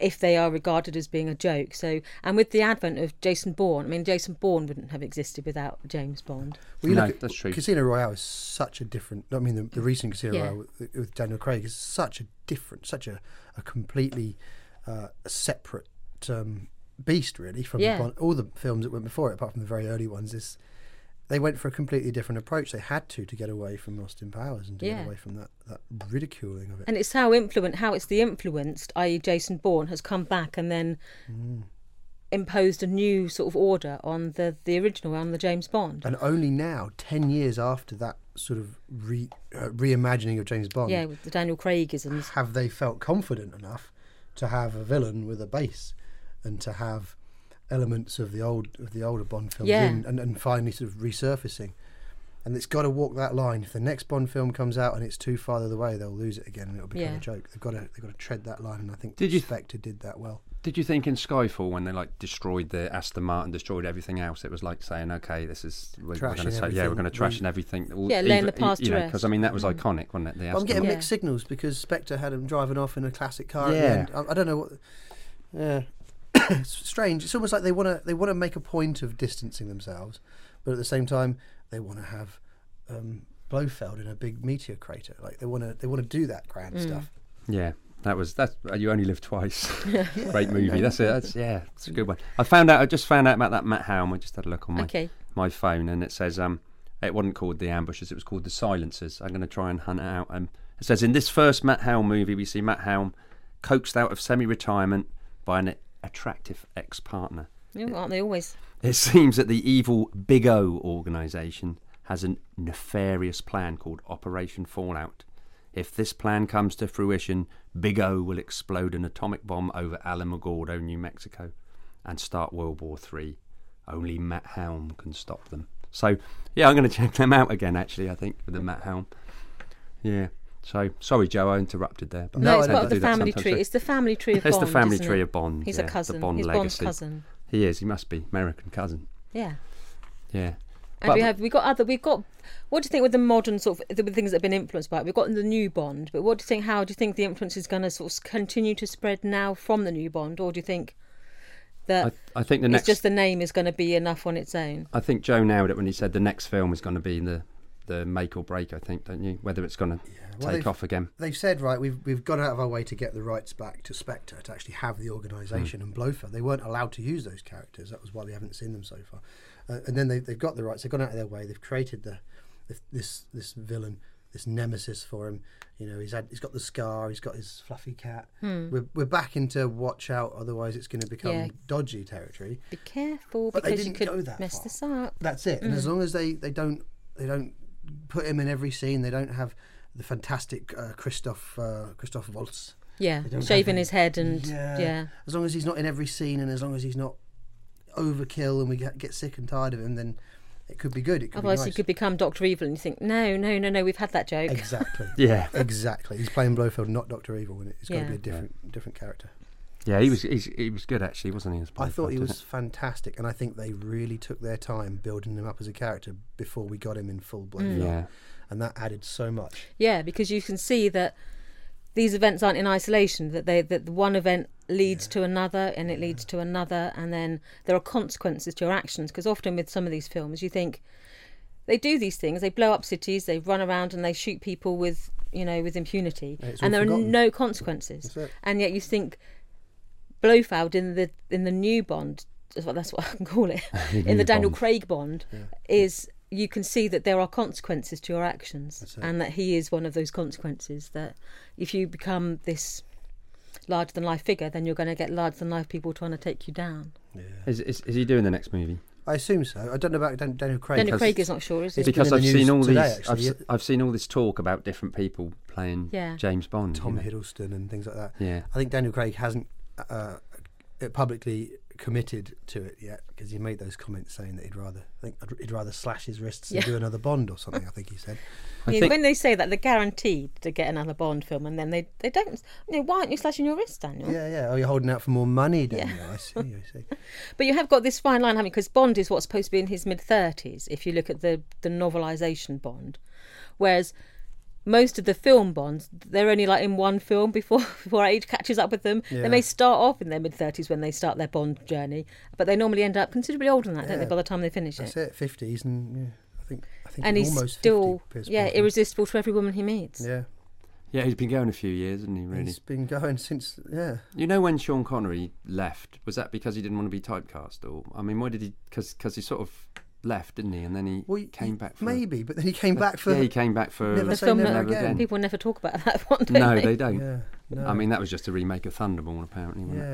A: if they are regarded as being a joke. So, and with the advent of Jason Bourne, I mean, Jason Bourne wouldn't have existed without James Bond.
B: Well, you
C: No,
B: look at-
C: that's true.
B: Casino Royale is such a different. I mean, the, the recent Casino
A: Yeah.
B: Royale with, with Daniel Craig is such a different, such a, a completely uh, separate um, beast, really, from
A: Yeah.
B: Bond, all the films that went before it, apart from the very early ones. This they went for a completely different approach. They had to to get away from Austin Powers and to
A: Yeah.
B: get away from that, that ridiculing of it.
A: And it's how influent how it's the influenced, i.e., Jason Bourne has come back and then
C: Mm.
A: imposed a new sort of order on the the original on the James Bond.
B: And only now, ten years after that sort of re, uh, reimagining of James Bond,
A: Yeah, with the Daniel Craigisms.
B: have they felt confident enough to have a villain with a base and to have elements of the old of the older Bond films
A: Yeah.
B: in and, and finally sort of resurfacing. And it's got to walk that line. If the next Bond film comes out and it's too far the other way, they'll lose it again and it'll become
A: Yeah.
B: a joke. They've got to they've got to tread that line. And I think
C: Did you-
B: Spectre did that well.
C: Did you think in Skyfall when they like destroyed the Aston Martin, destroyed everything else, it was like saying, "Okay, this is we're, going
B: Trashing
C: to say, yeah, we're
B: everything.
C: going to trash
B: We-
C: and everything." all-
A: Yeah, laying
C: even- e,
A: the past
C: you
A: to
C: know, because I mean that was iconic, wasn't it? The
B: I'm
C: Aston
B: getting
A: Yeah.
B: mixed signals because Spectre had him driving off in a classic car. At
C: Yeah.
B: the end. I, I don't know what. Yeah, <coughs> it's strange. It's almost like they want to they want to make a point of distancing themselves, but at the same time they want to have um, Blofeld in a big meteor crater. Like they want to they want to do that
C: Mm.
B: grand stuff.
C: Yeah, that was that's uh, you only live twice. <laughs> Great movie. That's it. That's yeah, it's a good one. I found out. I just found out about that Matt Helm. I just had a look on my
A: Okay.
C: my phone, and it says um, it wasn't called the ambushes. It was called the silencers. I'm going to try and hunt it out. Um, it says in this first Matt Helm movie, we see Matt Helm coaxed out of semi-retirement by an attractive ex-partner.
A: You know, aren't they always?
C: It seems that the evil Big O organisation has a nefarious plan called Operation Fallout. If this plan comes to fruition, Big O will explode an atomic bomb over Alamogordo, New Mexico, and start World War Three. Only Matt Helm can stop them. So, yeah, I'm going to check them out again. Actually, I think with the Matt Helm. Yeah. So, sorry, Joe, I interrupted there. But
A: No,
B: No,
A: it's
B: I
A: part
B: don't
A: of the
C: do that
A: family
C: sometimes,
A: tree.
C: so-
A: It's the family tree of
C: It's the
A: Bond.
C: family
A: isn't
C: tree
A: it?
C: of Bond,
A: He's
C: yeah,
A: a
C: the
A: cousin.
C: Bond
A: He's Bond's
C: legacy.
A: cousin.
C: he is. He must be American cousin.
A: Yeah.
C: Yeah.
A: And we have we got other we've got what do you think with the modern sort of the things that have been influenced by it? We've got the new Bond, but what do you think? How do you think the influence is going to sort of continue to spread now from the new Bond, or do you think that
C: I, I think the
A: Uh, it's
C: next.
A: just the name is going to be enough on its own.
C: I think Joe nailed it when he said the next film is going to be the the make or break. I think, don't you? Whether it's going to
B: well,
C: take
B: they've-
C: off again.
B: They've said, right, we've, we've gone out of our way to get the rights back to Spectre to actually have the organisation
C: Hmm.
B: and Blofeld. They weren't allowed to use those characters. That was why we haven't seen them so far. Uh, and then they, they've got the rights. They've gone out of their way. They've created the, the this this villain, this nemesis for him. You know, he's had he's got the scar. He's got his fluffy cat. We're, we're back into watch out, otherwise it's going to become
A: Yeah.
B: dodgy territory.
A: Be careful
B: But they
A: because you
B: didn't
A: could
B: go that
A: mess
B: far.
A: this up.
B: That's it.
A: Mm.
B: And as long as they, they don't they don't put him in every scene, they don't have the fantastic uh, Christoph uh, Christoph Waltz.
A: Yeah,
B: They don't have
A: shaving
B: any-
A: his head and yeah.
B: As long as he's not in every scene, and as long as he's not overkill, and we get, get sick and tired of him, then it could be good. It could
A: Otherwise,
B: be
A: he
B: nice.
A: could become Doctor Evil, and you think, no, no, no, no, we've had that joke. <laughs>
B: exactly.
C: Yeah,
B: Exactly. He's playing Blofeld, not Doctor Evil, and it's got
A: Yeah.
B: to be a different different character.
C: yeah. He was he's, he was good actually, wasn't he? as
B: I thought
C: Blofeld,
B: he
C: didn't
B: was fantastic, and I think they really took their time building him up as a character before we got him in full
A: Mm.
B: blown.
C: Yeah.
B: and that added so much.
A: Yeah, because you can see that these events aren't in isolation. That they that one event leads to another, and it leads to another, and then there are consequences to your actions. Because often with some of these films, you think they do these things, they blow up cities, they run around and they shoot people with you know with impunity,
B: it's all
A: and there are
B: forgotten.
A: no consequences.
B: That's it.
A: And yet you think Blofeld in the in the new Bond, that's what, that's what I can call
C: <laughs>
A: it, in the
C: new
A: Daniel
C: Bond.
A: Craig Bond, is you can see that there are consequences to your actions, and that he is one of those consequences. That if you become this larger than life figure, then you're going to get larger than life people trying to take you down.
C: Is, is is he doing the next movie?
B: I assume so. I don't know about Dan- Daniel Craig.
A: Daniel
B: has-
A: Craig is not sure, is
B: It's
A: he?
B: been
C: because
B: in
C: I've
B: the
C: seen
B: news
C: all these.
B: today,
C: I've,
B: actually.
C: s- I've seen all this talk about different people playing
A: Yeah.
C: James Bond. you
B: Tom
C: know.
B: Hiddleston and things like that.
C: Yeah.
B: I think Daniel Craig hasn't uh, publicly committed to it yet because he made those comments saying that he'd rather I think he'd rather slash his wrists and
A: Yeah.
B: do another Bond or something. I think he said.
C: I
A: Yeah,
C: think-
A: when they say that, they're guaranteed to get another Bond film, and then they they don't. You know, why aren't you slashing your wrist, Daniel?
B: Yeah, yeah. Oh, you're holding out for more money, Daniel. I see. I
A: <laughs>
B: see.
A: But you have got this fine line, haven't you? Because Bond is what's supposed to be in his mid 30s, if you look at the, the novelisation Bond. Whereas most of the film Bonds, they're only like in one film before, <laughs> before our age catches up with them. They may start off in their mid 30s when they start their Bond journey, but they normally end up considerably older than that, don't they, by the time they finish
B: That's
A: it?
B: it. Fifties and yeah, I think I think
A: And
B: he's
A: he's
B: almost
A: still,
B: 50, Pierce
A: yeah,
B: Brosnan.
A: irresistible to every woman he meets.
B: Yeah,
C: Yeah, he's been going a few years, hasn't he? Really.
B: he's been going since yeah.
C: You know when Sean Connery left, was that because he didn't want to be typecast, or I mean, why did he? Because he sort of left, didn't he? And then he
B: Well, he-
C: came back. For,
B: maybe, but then
C: <laughs>
B: he came back for
C: yeah, he came back for.
B: Never
A: The
B: Say
A: film
B: Never
A: that <laughs>
B: Again.
C: Again.
A: people never talk about that one, don't
C: no,
A: they?
C: <laughs> they don't.
B: yeah. No,
C: I mean, that was just a remake of Thunderball, apparently. Wasn't it?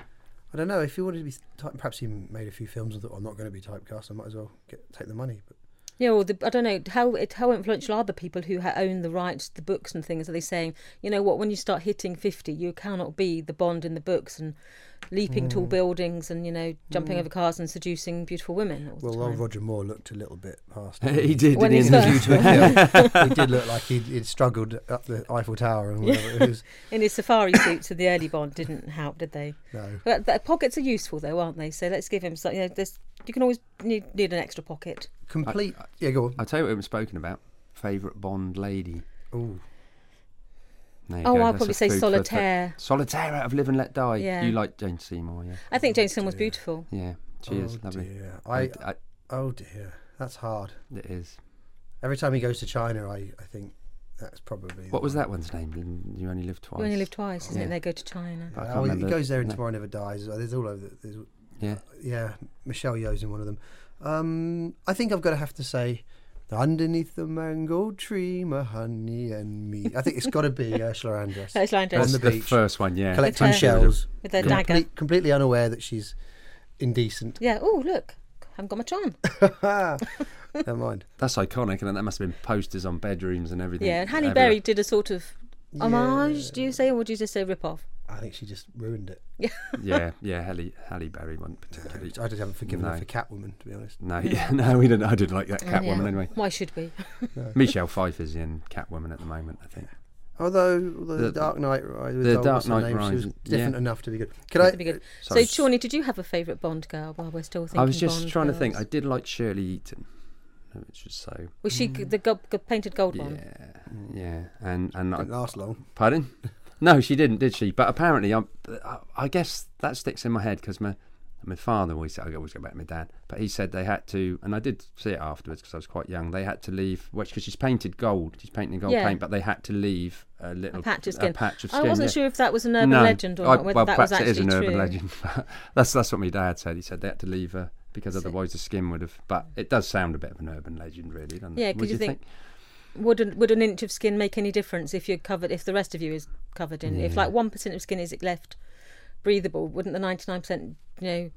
B: Yeah. I don't know. If he wanted to be type, perhaps he made a few films and thought, I'm not going to be typecast. I might as well get, take the money. But
A: Yeah, well, the, I don't know how it, how influential are the people who ha- own the rights to the books and things. Are they saying, you know what, when you start hitting fifty, you cannot be the Bond in the books and leaping
B: Mm.
A: tall buildings and you know jumping over cars and seducing beautiful women all the
B: well, old
A: time.
B: Roger Moore looked a little bit
C: <laughs>
B: past.
C: he did.
A: When he's
C: didn't he, in the
A: first-
B: Due
C: new-
B: to a kill. <laughs> he did look like he'd, he'd struggled up the Eiffel Tower and whatever it was.
A: In his safari suits of the early Bond didn't help, did they?
B: No.
A: But the pockets are useful though, aren't they? So let's give him some. You know, there's you can always need, need an extra pocket.
B: Complete. yeah, go on.
C: I'll tell you what it was spoken about. Favorite Bond lady.
B: Ooh.
C: There you
A: Oh,
C: go,
A: I'll
C: that's
A: probably
C: a
A: say
C: food for thought.
A: Solitaire.
C: Solitaire out of Live and Let Die.
A: Yeah.
C: You like Jane Seymour, yeah.
A: I think Jane Seymour's beautiful.
C: Yeah, she is
B: Oh,
C: lovely.
B: dear. I,
C: I,
B: oh, dear. That's hard.
C: it is.
B: Every time he goes to China, I, I think that's probably.
C: What was that one's name? You only live twice.
A: You only live twice, isn't
C: Yeah.
A: it? They go to China.
C: I can't
B: Oh, he
C: remember.
B: goes there and
C: No.
B: Tomorrow Never Dies. Oh, There's all over. The, there's,
C: Yeah.
B: yeah, Michelle Yeoh's in one of them. Um, I think I've got to have to say, underneath the mango tree, my honey and me. I think it's got to be uh, Ursula
A: <laughs>
B: Andress
A: That's Line
B: On
A: Dress.
B: the
C: the
B: beach.
C: first one, yeah.
B: collecting
A: With her-
B: shells,
A: with her
B: complete-
A: dagger.
B: completely unaware that she's indecent. <laughs>
A: Yeah. Oh, look, haven't got much on.
B: Never mind.
C: That's iconic, and that must have been posters on bedrooms and everything.
A: Yeah, and Halle
C: everywhere.
A: Berry did a sort of homage, do you say, or would you just say rip off?
B: I think she just ruined it.
C: <laughs> yeah, yeah, Halle, Halle Berry one particularly.
B: I just haven't forgiven her
C: No.
B: for Catwoman, to be honest.
C: No, yeah, <laughs> no, we didn't. I didn't like that Catwoman
A: Oh, Yeah.
C: anyway.
A: Why should we?
C: Michelle Pfeiffer's in Catwoman at the moment, I think.
B: Although, although the,
C: The-
B: Dark Knight Rises,
C: The
B: oh,
C: Dark
B: what's
C: Knight
B: her name? she was
C: Rises,
B: different
C: yeah.
B: enough to be good. Can I?
A: That'd be good. So,
C: sorry.
A: Shawnee, did you have a favourite Bond girl while we're still thinking?
C: I was just
A: Bond
C: trying to
A: girls?
C: think. I did like Shirley Eaton, which was so.
A: Was she g- the go- g- painted gold one?
C: Yeah, yeah, and and I,
B: Didn't last long.
C: Pardon? No, she didn't, did she? But apparently, I'm, I I guess that sticks in my head because my My father always said, I always go back to my dad, but he said they had to, and I did see it afterwards because I was quite young. They had to leave, which because she's painted gold, she's painting gold
A: Yeah.
C: paint, but they had to leave a little
A: A patch of skin.
C: A patch of
A: I
C: skin
A: wasn't
C: yeah.
A: sure if that was an urban
C: No,
A: legend or
C: I-
A: not, whether
C: well,
A: that was
C: perhaps
A: actually
C: it is an urban
A: true.
C: legend. <laughs> that's that's what my dad said. He said they had to leave her because otherwise the skin would have. But it does sound a bit of an urban legend, really, doesn't
A: Yeah,
C: it?
A: 'cause
C: Would
A: you think- Would an, would an inch of skin make any difference if you're covered? If the rest of you is covered in, if like one percent of skin is left breathable, wouldn't the ninety nine percent you know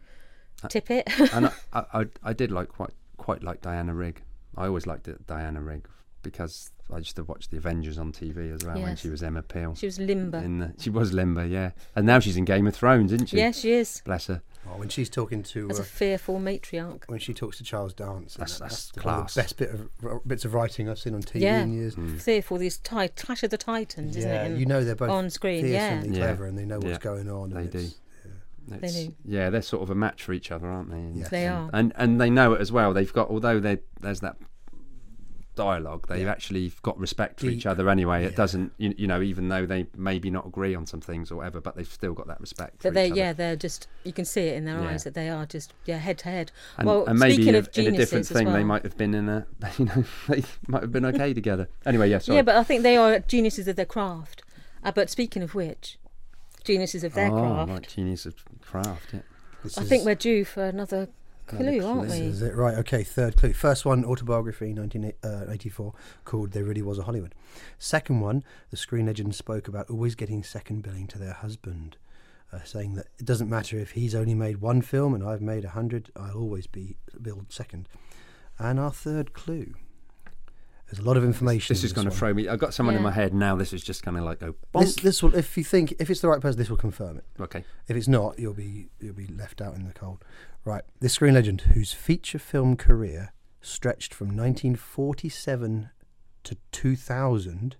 A: tip it?
C: Uh, and I, I, I- I did like quite quite like Diana Rigg. I always liked it, Diana Rigg because I used to watch the Avengers on TV as well when
A: Yes.
C: she was Emma Peel.
A: <laughs> she was limber.
C: in the, she was Limber, yeah, and now she's in Game of Thrones, isn't she?
A: yeah, she is.
C: Bless her.
B: Oh, when she's talking to
A: As
B: uh,
A: a fearful matriarch.
B: when she talks to Charles Dance, and
C: That's-
B: that-
C: that's
B: the- one of
C: class. Mm.
B: the best bit of r- bits of writing I've seen on TV
A: Yeah.
B: in years.
A: Fearful. These ti- Clash of the Titans, isn't
B: Yeah,
A: it? in-
B: you know they're both
A: on screen. Yeah,
B: fearsomely
C: Yeah.
B: clever, and they know what's
C: Yeah.
B: going on. and
C: They do.
B: it's-
C: It's-
A: do.
C: Yeah, they're sort of a match for each other, aren't they? And-
B: Yes.
A: They are.
C: And and they know it as well. They've got although they there's that dialogue, they've actually got respect for each
B: Deep.
C: other anyway. It
B: Yeah.
C: doesn't you, you know even though they maybe not agree on some things or whatever, but they've still got that respect.
A: But
C: for
A: they,
C: each other.
A: yeah, they're just. You can see it in their
C: Yeah.
A: eyes that they are just, yeah, head to head.
C: And,
A: well,
C: and maybe
A: speaking
C: in,
A: of
C: a- in
A: geniuses
C: a different
A: as
C: thing,
A: well,
C: they might have been in a, <laughs> you know, they might have been okay together. Anyway, yeah, sorry.
A: Yeah, but I think they are geniuses of their craft. Uh, but speaking of which, geniuses of their
C: oh,
A: craft,
C: right, genius of craft. Yeah.
B: this
A: I
B: is-
A: think we're due for another clue,
C: Another
A: aren't
C: clue.
A: we?
B: Is it right? Okay, third clue. First one, autobiography, 1984, called "There Really Was a Hollywood." Second one, the screen legend spoke about always getting second billing to their husband, uh, saying that it doesn't matter if he's only made one film and I've made a hundred, I'll always be billed second. And our third clue. There's a lot of information.
C: This
B: in
C: is going to
B: one.
C: throw me. I've got someone in
A: Yeah.
C: my head now. This is just going to like go.
B: This,
C: bonk.
B: this will, if you think, if it's the right person, this will confirm it.
C: okay.
B: If it's not, you'll be you'll be left out in the cold. Right, this screen legend whose feature film career stretched from 1947 to 2000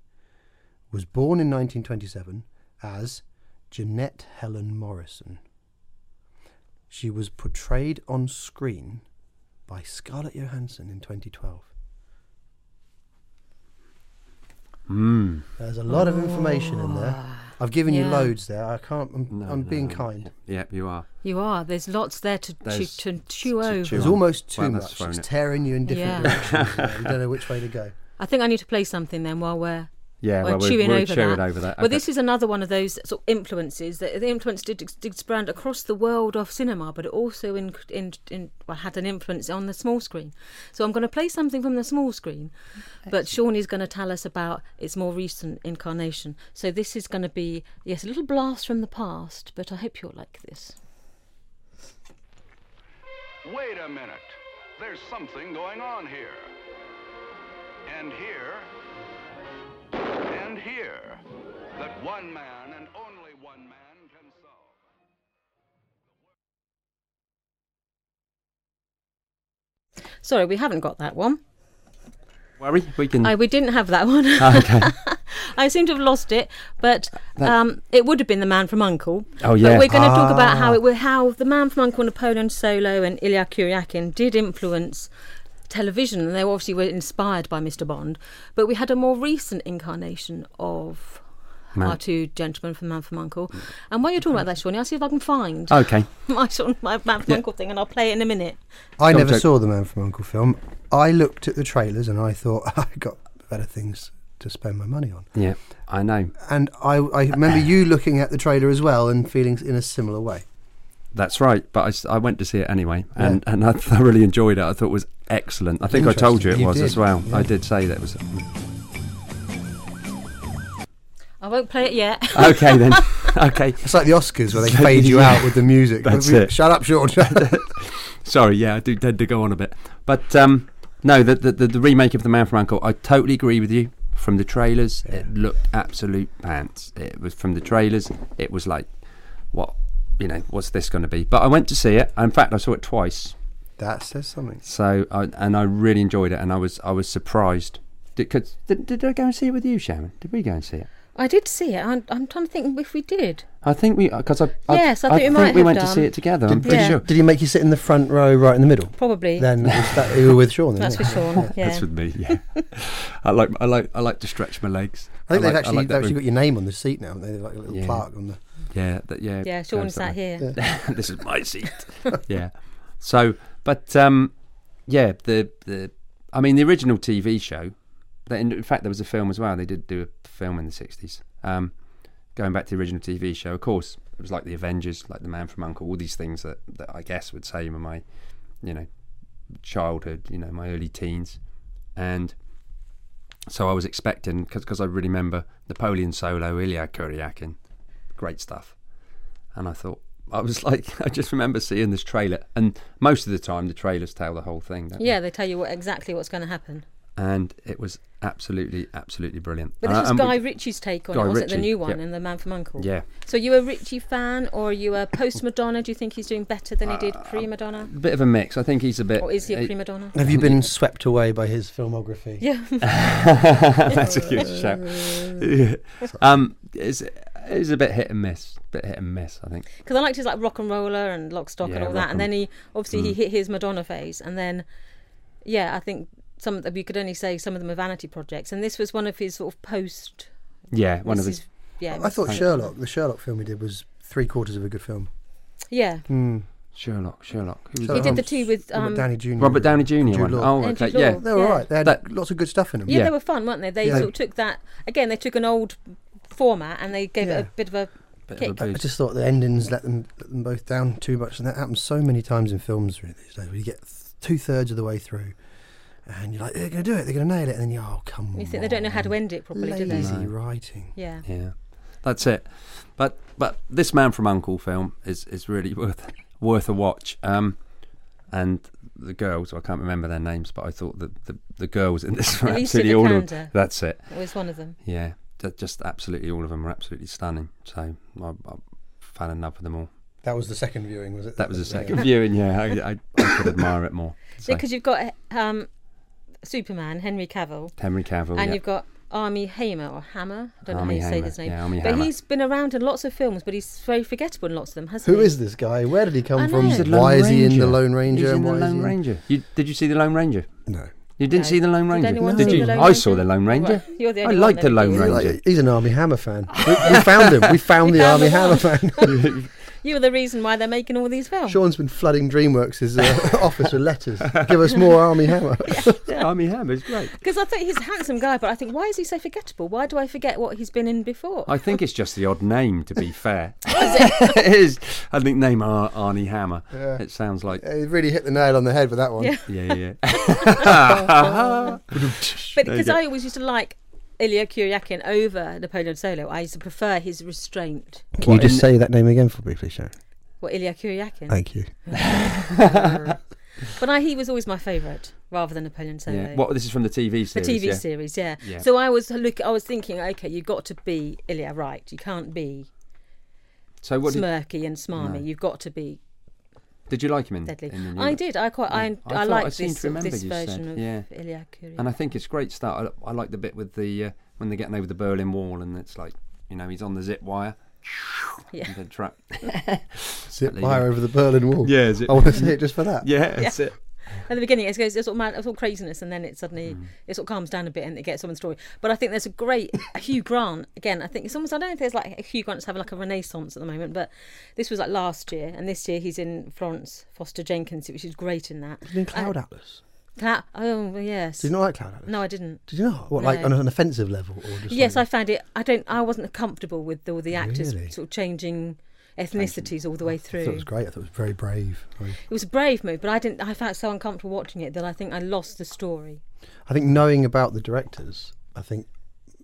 B: was born in 1927 as Jeanette Helen Morrison. She was portrayed on screen by Scarlett Johansson in 2012.
C: Mm.
B: There's a lot of information in there. I've given you
A: Yeah.
B: loads there. I can't. I'm,
C: No,
B: I'm
C: no,
B: being
C: no.
B: kind.
C: Yeah, you are.
A: You are. There's lots there to chew,
C: There's
A: to chew
C: to
A: over.
C: chew
B: It was
C: on.
B: almost too
C: Well, that's
B: much.
C: thrown
B: It's
C: it.
B: tearing you in different
A: Yeah.
B: directions. there. you don't know which way
C: <laughs>
B: to go.
A: I think I need to play something then while we're.
C: Yeah,
A: we're
C: well, we're,
A: chewing
C: we're
A: over,
C: chewing
A: that.
C: over that.
A: Well,
C: Okay.
A: this is another one of those sort of influences that the influence did, did spread across the world of cinema, but it also in, in, in, well, had an influence on the small screen. So I'm going to play something from the small screen, but Sean is going to tell us about its more recent incarnation. So this is going to be, yes, a little blast from the past, but I hope you'll like this.
E: Wait a minute. There's something going on here. And here. And here. That one man and only one man can solve.
A: Sorry, we haven't got that one.
C: worry. We can. Oh,
A: I, we didn't have that one.
C: Mm. <laughs> okay.
A: <laughs> I seem to have lost it, but um, it would have been the Man from Uncle.
C: Oh, yeah.
A: But we're going to talk about how it how the Man from Uncle, Napoleon Solo, and Ilya Kuryakin did influence television, and they obviously were inspired by Mr. Bond. But we had a more recent incarnation of
C: Man.
A: our two gentlemen from Man from Uncle. And while you're talking about that, Shawnee, I'll see if I can find
C: Okay.
A: <laughs> my, Shaun- my Man from Uncle thing, and I'll play it in a minute.
B: I
C: Don't
B: never
C: joke.
B: saw the Man from Uncle film. I looked at the trailers and I thought <laughs> I got better things to spend my money on.
C: Yeah, I know.
B: And I, I
C: <laughs>
B: remember you looking at the trailer as well and feeling in a similar way.
C: That's right. But I s- I, went to see it anyway, and, and I thoroughly enjoyed it. I thought it was excellent. I think I told you it
B: Interesting. You
C: was
B: did,
C: as well.
B: yeah.
C: I did say that it was.
A: I won't play it yet. <laughs>
C: Okay then. <laughs> okay.
B: It's like the
C: <laughs>
B: Oscars where they fade you out with the music.
C: That's
B: We-
C: it.
B: Shut up, Sean.
C: Sorry, yeah, I do tend to go on a bit, but um, no, the, the the the remake of the Man from Uncle, I totally agree with you. From the trailers, it looked absolute pants. It was from the trailers, it was like, what, you know, what's this going to be? But I went to see it. In fact, I saw it twice.
B: <laughs> that says something.
C: So I, and I really enjoyed it, and I was I was surprised. Did, 'cause- did, did I go and see it with you, Sharon? Did we go and see it?
A: I did see it. I'm, I'm trying to think if we did.
C: I think we because I, I
A: Yes, I think we might
C: we
A: have
C: went to
A: done.
C: see it together. I'm pretty
A: Yeah.
C: sure.
B: Did he make you sit in the front row, right in the middle?
A: Probably.
C: <laughs>
B: Then it was that, you were with Sean. then,
A: That's for
B: yeah.
A: Sean. Yeah.
C: That's with me. Yeah, <laughs> I like I like I like to stretch my legs.
B: I think
C: like-
B: they've actually,
C: like
B: they've
C: that
B: actually
C: room.
B: got your name on the seat now. haven't they? They've like a little
C: Yeah.
B: plaque on the.
C: Yeah, that, yeah.
A: Yeah,
C: go
A: Sean
C: and
A: sat
C: sit
A: here.
C: down. <laughs> this is my
B: <laughs>
C: seat. yeah. So, but um, yeah, the the I mean the original TV show. That in, in fact, there was a film as well. They did do a film in the sixties. Um, going back to the original TV show, of course, it was like the Avengers, like the Man from Uncle, all these things that that I guess would say were my, you know, childhood, you know, my early teens, and so I was expecting because I really remember Napoleon Solo, Ilya Kuryakin, great stuff. And I thought I was <laughs> like, I just remember seeing this trailer, and most of the time the trailers tell the whole thing. don't they?
A: Yeah, they tell you what, exactly what's going to happen.
C: And it was absolutely, absolutely brilliant.
A: But this
C: Uh, And-
A: was
C: and we-
A: Guy Ritchie's take on
C: Guy
A: it, wasn't it? The
C: Ritchie,
A: new one
C: yep.
A: in The Man from Uncle.
C: Yeah.
A: So you a Ritchie fan or are you a post Madonna? Do you think he's doing better than he did
C: Uh,
A: pre Madonna?
C: a bit of a mix. I think he's a bit.
A: Or is he a
C: eh,
A: pre Madonna?
B: Have you been swept away by his filmography?
A: Yeah. <laughs>
C: <laughs> That's a good shout.
A: <laughs>
C: um, is is a bit hit and miss, bit hit and miss. I think.
A: Because I liked his like rock and roller and lock stock and
C: Yeah,
A: all
C: rock
A: that. And then
C: and- Mm.
A: he obviously he hit his Madonna phase. And then, yeah, I think some of them, you could only say some of them are vanity projects. And this was one of his sort of post.
C: Yeah, one
A: this
C: of his.
A: is- Yeah.
B: I thought Sherlock, the Sherlock film he did, was three quarters of a good film.
A: Yeah.
C: Mm. Sherlock, Sherlock. Who was
A: He
C: that?
A: did the
B: Holmes,
A: two with.
B: Robert
A: Um,
B: Downey Jr.
C: Robert Downey Jr.
B: Jude
C: one.
B: Law.
C: Oh,
A: And
C: okay.
A: Jude
C: Yeah,
A: Law.
B: They were
A: Yeah.
B: all right. They had
C: That-
B: lots of good stuff in them.
A: yeah,
C: Yeah.
A: they were fun, weren't they? They
B: Yeah.
A: sort of took that again. They took an old format and they gave it
B: Yeah.
A: a bit of a
C: Bit
A: kick.
C: of a
B: I
C: boost.
B: just thought the endings let them let them both down too much, and that happens so many times in films really these days. Where you get th- two thirds of the way through, and you're like, they're going to do it, they're going to nail it, and then you, oh come on.
A: You think they don't know how to end it properly, do they?
B: Lazy writing.
A: Yeah.
C: Yeah, that's it. But but this Man from Uncle film is is really <laughs> worth worth a watch. Um, and the girls, I can't remember their names, but I thought that the, the girls in this <laughs> were
A: Alicia
C: absolutely all of
A: Vikander.
C: That's it.
A: It was one of them.
C: Yeah, ju- just absolutely all of them were absolutely stunning. So I, I fell in love with them all.
B: That was the second viewing, was it?
C: That was the second viewing. Yeah, I, I, I could admire
A: <laughs>
C: it more. So,
A: Because you've got um, Superman, Henry Cavill,
C: Henry Cavill.
A: and
C: Oh, yeah.
A: you've got Army Hamer or Hammer. I don't
C: Armie
A: know how you say
C: Hammer.
A: his name.
C: Yeah, Armie
A: but
C: Hammer.
A: he's been around in lots of films, but he's very forgettable in lots of them, hasn't
B: Who
A: he?
B: is this guy? Where did he
A: I
B: come from?
A: know. He's a
C: Lone
B: Why is he in the Lone
C: He's
B: Ranger?
C: in
B: and
C: the
B: why is
C: Lone
B: he-
C: Ranger. You, did you see the Lone Ranger?
B: No.
C: You didn't
A: No.
C: see the Lone
A: Did
C: Ranger.
A: anyone
C: did
A: see
C: you?
A: the Lone
C: I
A: Ranger?
C: saw the Lone
A: Right.
C: Ranger.
A: You're the
C: I
A: only one
C: liked the
A: then,
C: Lone
A: aren't
B: He's,
A: you?
B: like-
C: Ranger.
B: he's an Army Hammer fan. We, we found him. We found the Army Hammer fan.
A: You were the reason why they're making all these films.
B: <laughs> Sean's been flooding DreamWorks' uh, <laughs> office with letters. Give us more Army Hammer. <laughs>
A: <laughs>
C: yeah, Army Hammer is great.
A: Because I think he's a handsome guy, but I think why is he so forgettable? Why do I forget what he's been in before?
C: I think it's just the odd name, to
A: <laughs>
C: be fair. <laughs> it is. I think name Ar- Arnie Hammer. It sounds like.
B: It really hit the nail on the head with that one.
A: Yeah.
C: Yeah, yeah.
A: <laughs> But
C: There you
A: because
C: go.
A: I always used to like Ilya Kuryakin over Napoleon Solo, I used to prefer his restraint.
B: Can you
C: just
B: say that name again for me, please, Sharon?
A: What Ilya Kuryakin?
B: Thank you.
A: But I, he was always my favourite, rather than Napoleon Solo.
C: yeah. What? This is from the TV series.
A: the TV
C: yeah.
A: series, yeah.
C: Yeah.
A: So I was look, I was thinking, okay, you have got to be Ilya, right? You can't be
C: So, what did,
A: smirky and smarmy.
C: No.
A: You've got to be
C: did you like him in?
A: deadly.
C: in the new
A: I
C: one?
A: did. I quite. I,
C: I
A: I,
C: thought- I
A: like
C: seem
A: this,
C: to remember
A: this
C: you
A: version
C: said,
A: of
C: yeah.
A: Ilya Kuryakin.
C: And I think it's great start. I, I like the bit with the uh, when they're getting over the Berlin Wall, and it's like, you know, he's on the zip wire.
A: Yeah.
C: and The trap.
B: Zip
C: Leave
B: wire
C: it.
B: over the Berlin Wall.
C: Yeah, zip-
B: I want to see it just for
C: <laughs>
B: that.
C: yeah, that's it.
A: At the beginning, it goes it's sort of mad, it's all craziness, and then it suddenly
C: Hmm.
A: it sort of calms down a bit, and it gets on with the story. But I think there's a great Hugh Grant again. I think it's almost I don't know if there's like Hugh Grant's having like a renaissance at the moment, but this was like last year, and this year he's in Florence Foster Jenkins, which is great in that.
B: Did you Cloud Atlas?
A: Cla- oh well, yes.
B: Did you not like Cloud Atlas?
A: no, I didn't.
B: Did you not? What, like
A: No.
B: on an offensive level? Or just
A: Yes, I
B: like-
A: found it. I don't. I wasn't comfortable with all the actors
B: Really?
A: sort of changing ethnicities all the way
B: I
A: through.
B: thought it was great. I thought it was very brave. I, mean,
A: It was a brave move, but I didn't. I felt so uncomfortable watching it that I think I lost the story.
B: I think knowing about the directors, I think,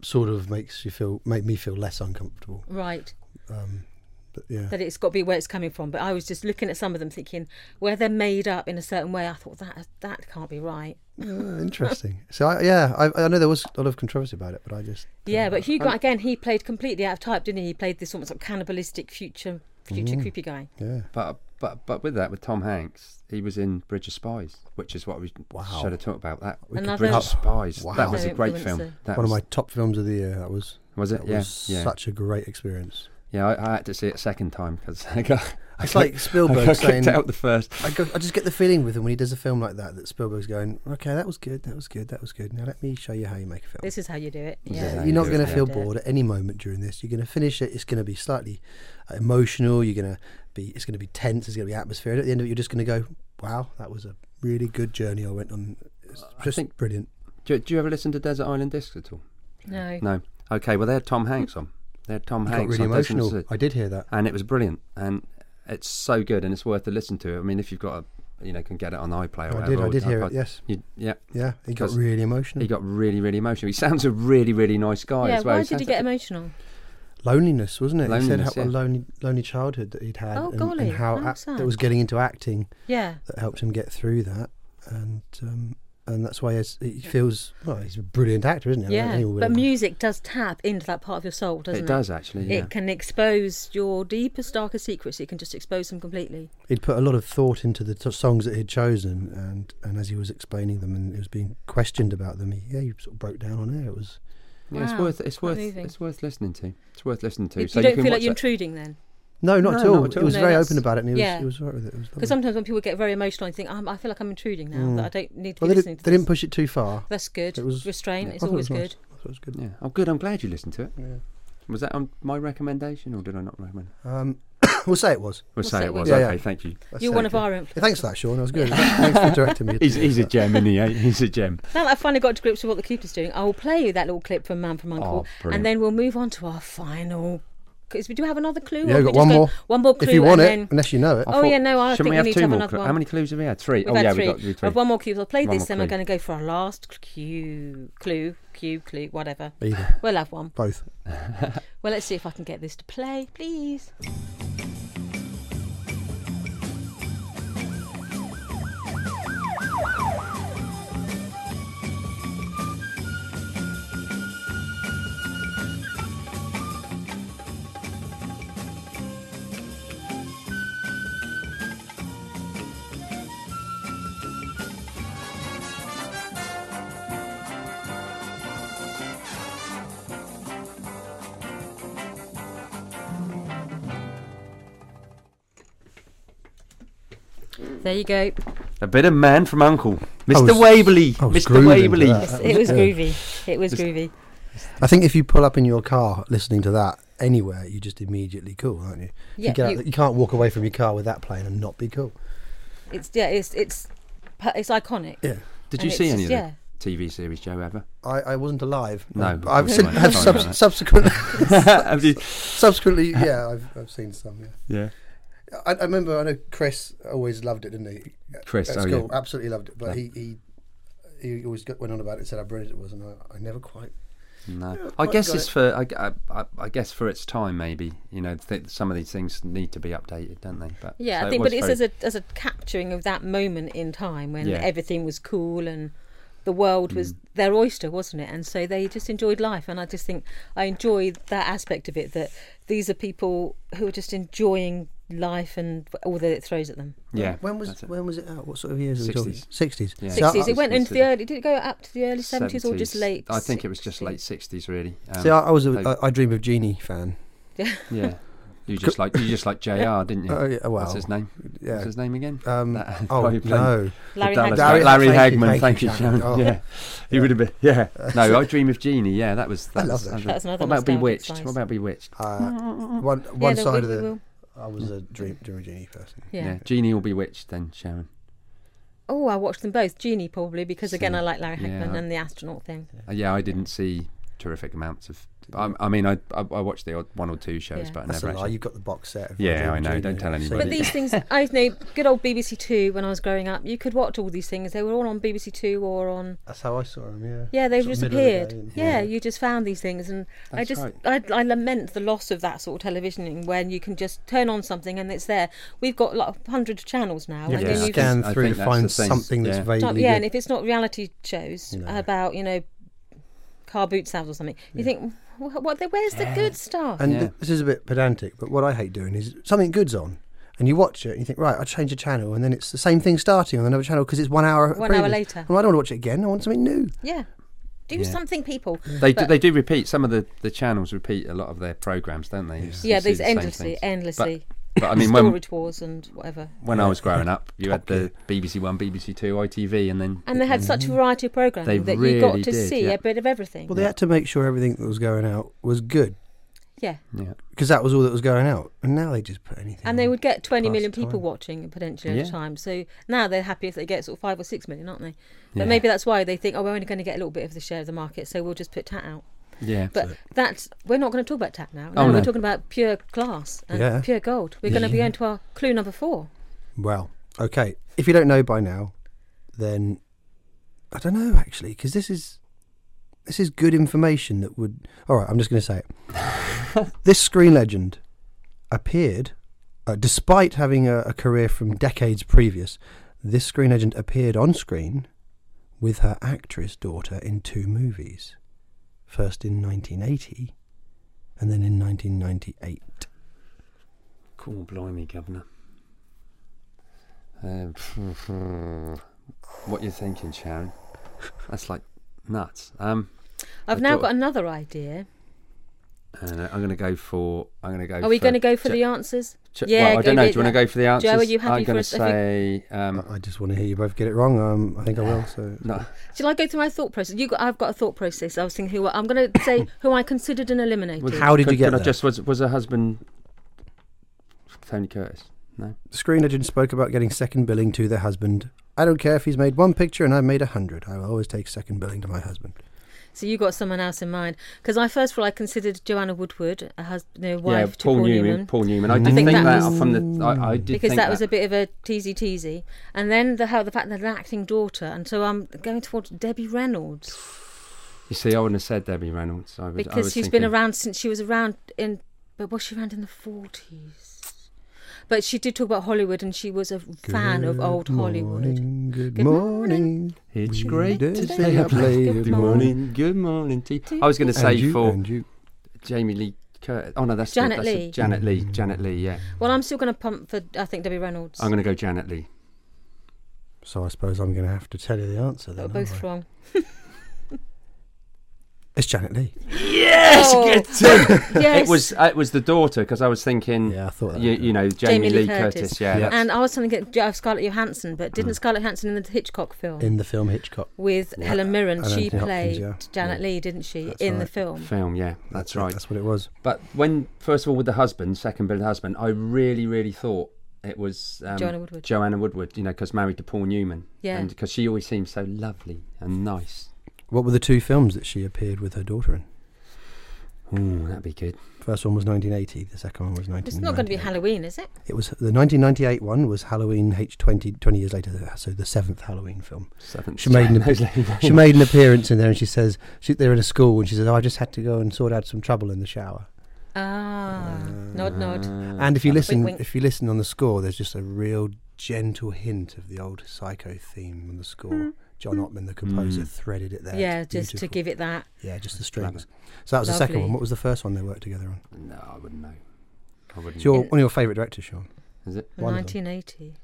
B: sort of makes you feel, made me feel less uncomfortable.
A: Right.
B: But <laughs> yeah.
A: that it's got to be where it's coming from. But I was just looking at some of them, thinking where they're made up in a certain way. I thought that that can't be right.
B: Uh, interesting. So I, yeah, I, I know there was a lot of controversy about it, but I just
A: Yeah, but
B: Um,
A: Hugh Grant again, he played completely out of type, didn't he? He played this almost sort of cannibalistic future
B: Mm.
A: future creepy guy.
B: yeah.
C: But but but with that, with Tom Hanks, he was in Bridge of Spies, which is what we
B: Wow.
C: should have talked about. That
A: Another-
C: Bridge of Spies.
B: Wow.
C: That was a great
A: Influencer.
C: film. That
B: One of
C: was-
B: my top films of the year. That was
C: Was it?
B: That
C: Yeah,
B: was
C: yeah.
B: such a great experience.
C: Yeah, I, I had to see it a second time because I got. I
B: It's
C: got-
B: like Spielberg
C: I got kicked
B: saying-
C: out the first.
B: I, go, I just get the feeling with him when he does a film like that that Spielberg's going, okay, that was good, that was good, that was good. Now let me show you how you make a film.
A: This is how you do it.
C: is how
A: Yeah.
C: you
B: You're not
C: do
B: going
C: it,
B: to
C: yeah.
B: feel bored at any moment during this. You're going to finish it. It's going to be slightly uh, emotional. You're going to be. It's going to be tense. It's going to be atmosphere. And at the end of it, you're just going to go, "Wow, that was a really good journey I went on. It's just
C: think-
B: brilliant."
C: Do, do you ever listen to Desert Island Discs at all?
A: No.
C: No. Okay, well they had Tom Hanks on. They had Tom
B: Got
C: Hanks.
B: really
C: on Desert Island
B: emotional.
C: Discs.
B: I did hear that.
C: and it was brilliant and it's so good and it's worth a listen to i mean if you've got a you know can get it on iplayer or
B: I
C: whatever,
B: did- I
C: or
B: did hear it,
C: iPod,
B: yes.
C: you, yeah
B: Yeah, he got
C: Because
B: really emotional.
C: he got really really emotional he sounds a really really nice guy
A: Mm. Yeah,
C: as well
A: why did
C: sounds
A: he get
C: like-
A: emotional?
B: loneliness, wasn't it? he said
C: Loneliness,
B: how
C: yeah.
B: a lonely, lonely childhood that he'd had,
A: Oh,
B: and,
A: golly,
B: and how
A: how
B: act-
A: sad.
B: that was getting into acting
A: Yeah.
B: that helped him get through that, and um, and that's why he's- he feels well. He's a brilliant actor, isn't he? I mean,
A: Yeah.
B: anyone would
A: But
B: have-
A: music does tap into that part of your soul, doesn't it?
C: it does actually yeah
A: It can expose your deepest, darkest secrets. It can just expose them completely.
B: he'd put a lot of thought into the t- songs that he'd chosen, and, and as he was explaining them and it was being questioned about them, he, yeah, he sort of broke down on air. It was
C: Yeah, it's
A: Wow,
C: worth it's
A: quite
C: worth
A: moving.
C: it's worth listening to it's worth listening to
A: You,
C: so
A: you don't
C: can
A: feel like
C: watch
A: you're
C: it.
A: intruding then.
B: no, not
C: No,
B: at all.
C: not at
B: It was
A: all. No,
B: very
A: that's-
B: open about it, and he was
A: yeah.
B: he was right with it. it was
A: Because
B: lovely.
A: sometimes when people get very emotional, I think, um, I feel like I'm intruding now, that I don't need to
B: Mm. well,
A: be
B: they,
A: listening
B: did,
A: to
B: they
A: this.
B: didn't push it too far.
A: That's good.
B: It was-
A: Restraint
C: yeah.
A: is
B: I thought it
A: always
B: was nice.
A: good.
B: I thought it was good.
C: yeah oh good i'm glad you listened to it
B: Yeah.
C: was that on my recommendation or did i not recommend it
B: Um, we'll say it was.
C: we'll say it was
B: Yeah, yeah.
C: okay thank you
B: That's
A: You're one of
B: okay.
A: our influences.
B: Yeah, thanks for that, Sean. That was good. thanks for
C: <laughs>
B: directing me.
C: he's, he's a gem isn't he eh? <laughs> he's a gem
A: Now that I've finally got to grips with what the keeper's doing, I will play you that little clip from Man from Uncle,
C: Oh, brilliant.
A: and then we'll move on to our final. Because we do have another clue. or
B: yeah, we
A: we
B: got
A: just
B: one
A: go-
B: more.
A: One more clue.
B: If you
A: and
B: want it,
A: then
B: unless you know it.
A: Oh, yeah, no, I
C: Shouldn't
A: think
C: we
A: we
C: have
A: need to
C: two
A: have
C: more
A: another
C: clu- how
A: one.
C: many clues have we had three
A: We've
C: oh
A: had
C: yeah
A: three.
C: we've got three
A: I've one more clue. I'll play
C: One
A: this,
C: more
A: then we're
C: clue.
A: going to go for our last clue, clue, clue, clue, whatever.
B: Either.
A: We'll have one.
B: Both.
A: Well, let's see if I can get this to play, please. There you go.
C: a bit of man from uncle Oh, mr
B: was-
C: waverley
B: I was
C: mr
B: grooving to
C: waverley
B: that. That
A: It was
B: good.
A: groovy. It was
C: Just-
A: groovy.
B: I think if you pull up in your car listening to that anywhere, you're just immediately cool, aren't you?
A: Yeah,
B: you, get out
A: you-
B: the- you can't walk away from your car with that playing and not be cool.
A: It's yeah, it's it's pu- it's iconic.
B: Yeah.
C: Did
A: And
C: you
A: it's
C: see any
A: just-
C: of the TV series,
A: <laughs>
C: Joe? Ever?
B: I, I wasn't alive.
C: No,
B: I've-
C: of
B: <laughs> I've
C: course
B: seen,
C: not.
B: have
C: Sorry
B: sub-
C: about that.
B: subsequently,
C: <laughs> Have you?
B: <laughs> subsequently, yeah, I've, I've seen some. Yeah,
C: Yeah.
B: I, I remember. I know Chris always loved it, didn't he? At-
C: Chris,
B: at
C: oh,
B: school,
C: yeah.
B: absolutely loved it. But he, he he always got, went on about it and said how brilliant it was, and I, I never quite.
C: No. I
B: quite
C: guess
B: got
C: it's
B: it.
C: for. I, g- I- I- I guess for its time, maybe. You know, th- some of these things need to be updated, don't they? But
A: Yeah,
C: so
A: I
C: it
A: think,
C: was
A: but it's
C: very-
A: as a as a capturing of that moment in time when
C: Yeah. Mm.
A: everything was cool and the world was their oyster, wasn't it? And so they just enjoyed life, and I just think I enjoyed that aspect of it. That these are people who are just enjoying life and all that it throws at them.
C: yeah.
B: When was
C: that's it.
B: when was it out? What sort of years?
C: 60s.
B: Sixties.
C: Yeah.
B: So,
A: Sixties.
B: I,
A: it went
C: was
A: into the
C: the-
A: early. Did it go up to the early seventies or just
C: 70s.
A: late?
C: I think it was just late
A: 60s?
C: sixties, really. Um,
B: see, I, I was a
C: they-
B: I- I Dream of Genie fan. <laughs>
C: yeah. You just like you just like Jr. Didn't you?
B: Oh, yeah, well,
C: What's his name?
B: yeah.
C: What's his name again?
B: Um,
C: That- <laughs>
B: oh
C: why he played-
B: no.
A: Larry
C: The Dallas-
A: Hagman.
B: Larry-
C: Larry
B: thank you,
C: Hagman.
B: thank
C: Thank
B: you,
C: you, Sharon.
B: Sharon. Oh.
C: Yeah. He would have been. Yeah.
B: <laughs>
C: No, I Dream of Genie. Yeah, that was. That
B: love
C: was,
B: that
C: was-
B: show.
A: That's another
C: What about
A: nostalgic
C: Bewitched?
A: slice.
C: What about Bewitched?
B: Uh, one
A: <laughs> Yeah,
B: one
A: no,
B: side
A: we-
B: of
A: we
B: the.
A: will.
B: I was a Dream, dream of Genie person.
A: yeah.
C: yeah. Genie will be witched then, Sharon.
A: Oh, I watched them both. Genie probably because again
C: So,
A: I like Larry
C: yeah,
A: Hagman
C: I-
A: and the astronaut thing.
C: Uh, Yeah, I didn't see terrific amounts of. I, I mean, I, I I watched the odd one or two shows,
A: Yeah.
C: but I
B: That's
C: never.
B: a lie.
C: Actually,
B: You've got the box set. of
C: Yeah,
B: Dream
C: I
B: of
C: know,
B: Genie.
C: don't tell
B: So-
C: anybody.
A: But these things, I know, good old BBC Two. When I was growing up, you could watch all these things. They were all on BBC Two or on.
B: That's how I saw him. Yeah.
A: Yeah, they
B: Sort of
A: just
B: middle of the day
A: appeared.
B: and-
A: yeah. you just found these things, and I
C: That's
A: just
C: right.
A: I, I lament the loss of that sort of televisioning when you can just turn on something and it's there. We've got like hundreds of channels now. and
B: You have
A: then
B: to
A: you
C: Yeah.
A: can
B: scan
C: I
B: through
C: think that's
B: to
C: the
B: find
C: thing.
B: something that's
C: Yeah.
B: vaguely.
A: start- yeah,
B: good.
A: and if it's not reality shows about you know car boot sales or something, you think "Wh- what? the- Where's the good stuff?
B: And
C: Yeah.
B: th- this is a bit pedantic, but what I hate doing is something good's on, and you watch it, and you think, right, I'll change a channel, and then it's the same thing starting on another channel because it's one hour.
A: One hour
B: previous.
A: later.
B: Well, I don't want to watch it again. I want something new.
A: yeah, Do something, people.
C: They do,
A: But-
C: they do repeat some of the, the channels repeat a lot of their programs, don't they? You s-
A: Yeah,
C: see
A: these
C: the same
A: endlessly-
C: things.
A: endlessly.
C: But, but I mean, when
A: Storage wars and whatever.
C: when I was growing up, you had the BBC One, BBC Two, ITV, and then
A: And they had such a variety of
C: Mm-hmm. They
A: programming that you got
C: really
A: to
C: did,
A: see
C: yeah.
A: a bit of everything.
B: Well, they had to make sure everything that was going out was good
A: yeah.
C: yeah.
B: because that was all that was going out. And now they just put anything.
A: And they
B: on.
A: would get 20
B: Pass
A: million
B: the
A: people
B: time.
A: watching potentially at
C: Yeah.
A: a time. So now they're happy if they get sort of five or six million, aren't they? But
C: Yeah.
A: maybe that's why they think, oh, we're only going to get a little bit of the share of the market, so we'll just put tat out.
C: yeah.
A: But that's we're not going to talk about tat now.
C: Oh,
A: we're
C: no.
A: talking about pure glass and
B: Yeah.
A: pure gold. We're going to be on to our clue number four.
B: Well, okay. If you don't know by now, then I don't know actually, because this is this is good information that would. All right, I'm just going to say it. this screen legend appeared, uh, despite having a, a career from decades previous. This screen legend appeared on screen with her actress daughter in two movies. First in 1980, and then in 1998.
C: Cool, blimey, Governor. Um, what you thinking, Sharon? That's like nuts. Um,
A: I've
C: I
A: now
C: thought-
A: got another idea.
C: I don't know, I'm going to go for. I'm going to go.
A: Are we
C: going to
A: go for
C: Ja-
A: the answers?
C: Ch- well, I don't know. Do
A: it
C: you want
A: then.
C: to go for the answers?
A: Joe, are you happy
C: I'm
A: for
C: gonna
A: us? if we-
C: say. Um,
B: I just want to hear you both get it wrong. Um, I think I will. So
C: no,
A: Shall I go through my thought process? You got, I've got a thought process. I was thinking who I'm going to
C: <coughs>
A: say who I considered and eliminated.
C: Was-
B: How did you
C: could-
B: get
C: could I
B: there?
C: Just was was her husband Tony Curtis? No.
B: The Screen Legend spoke about getting second billing to their husband. I don't care if he's made one picture and I've made a hundred. I will always take second billing to my husband.
A: So you got someone else in mind? Because I first of all I considered Joanna Woodward, a husband, no,
C: yeah,
A: wife to
C: Paul, Newman, Paul Newman. I did
A: think
C: think,
A: that
C: that,
A: was-
C: from the. I, I did
A: because
C: think
A: that, was a bit of a teasy teasy, and then the how the fact that an acting daughter, and so I'm going towards Debbie Reynolds
C: You see, I wouldn't have said Debbie Reynolds. I was, I
A: because
C: was
A: she's been
C: thinking-
A: around since she was around in, but was she around in the forties? But she did talk about Hollywood, and she was a fan of old Hollywood.
B: Morning, good,
A: Good morning.
B: morning.
C: It's
B: We
C: great
B: did
C: to
B: stay
C: stay
B: up
C: up late.
B: late.
C: Good
B: Good
C: morning. Good morning to you. I was going to
B: And
C: say
B: you,
C: for
B: and you.
C: Jamie Lee Curtis. Oh no, that's the-
A: Janet
C: that's the
A: Leigh.
C: Janet Lee. Janet Lee. Yeah,
A: Well, I'm still going to pump for I think Debbie Reynolds.
C: I'm going to go Janet Lee.
B: So I suppose I'm going to have to tell you the answer.
A: They
B: Then,
A: were
B: aren't
A: both
B: I?
A: wrong.
B: It's Janet Lee.
A: Yes, <laughs> yes.
C: It was uh, it was the daughter because I was thinking.
B: Yeah, I thought that
C: you,
B: was-
C: you know Jamie, Lee, Curtis. Yeah.
B: Yeah.
C: that's-
A: And I was trying to get Jo- Scarlett Johansson, but didn't Scarlett Johansson in the Hitchcock film
B: In the film Hitchcock.
A: with Helen Mirren,
B: and
A: she
B: Anthony Hopkins,
A: played
B: yeah.
A: Janet Leigh, didn't she,
B: That's
A: in the
B: right.
A: film?
C: Film, yeah, that's
B: it,
C: right.
B: That's what it was.
C: But when first of all with the husband, second bill husband, I really, really thought it was um,
A: Joanna Woodward.
C: Joanna Woodward, you know, because married to Paul Newman.
A: Yeah.
C: And because she always seemed so lovely and nice.
B: What were the two films that she appeared with her daughter in? Hmm.
C: Ooh, that'd be good.
B: First one was 1980. The second one was 1998.
A: It's not going to be Halloween, is it?
B: It was the 1998 one was Halloween H20 20 years later, so the seventh Halloween film.
C: Seventh
B: She made an
C: <laughs> Joanna's Lane.
B: she made an appearance in there and she says she, they're in a school and she says oh, I just had to go and sort out some trouble in the shower
A: Ah, nod, nod.
B: and if you listen
A: Mm. wink.
B: if you listen on the score there's just a real gentle hint of the old psycho theme on the score John Ottman the composer threaded it there
A: Mm-hmm. Yeah,
B: It's
A: just to
B: beautiful.
A: give it that.
B: yeah just the strings so that was the second
A: Lovely.
B: one what was the first one they worked together on
C: No, I wouldn't know. I
B: it's
C: wouldn't.
B: your, one of your favourite directors Sean
C: Is it
B: One of them.
A: 1980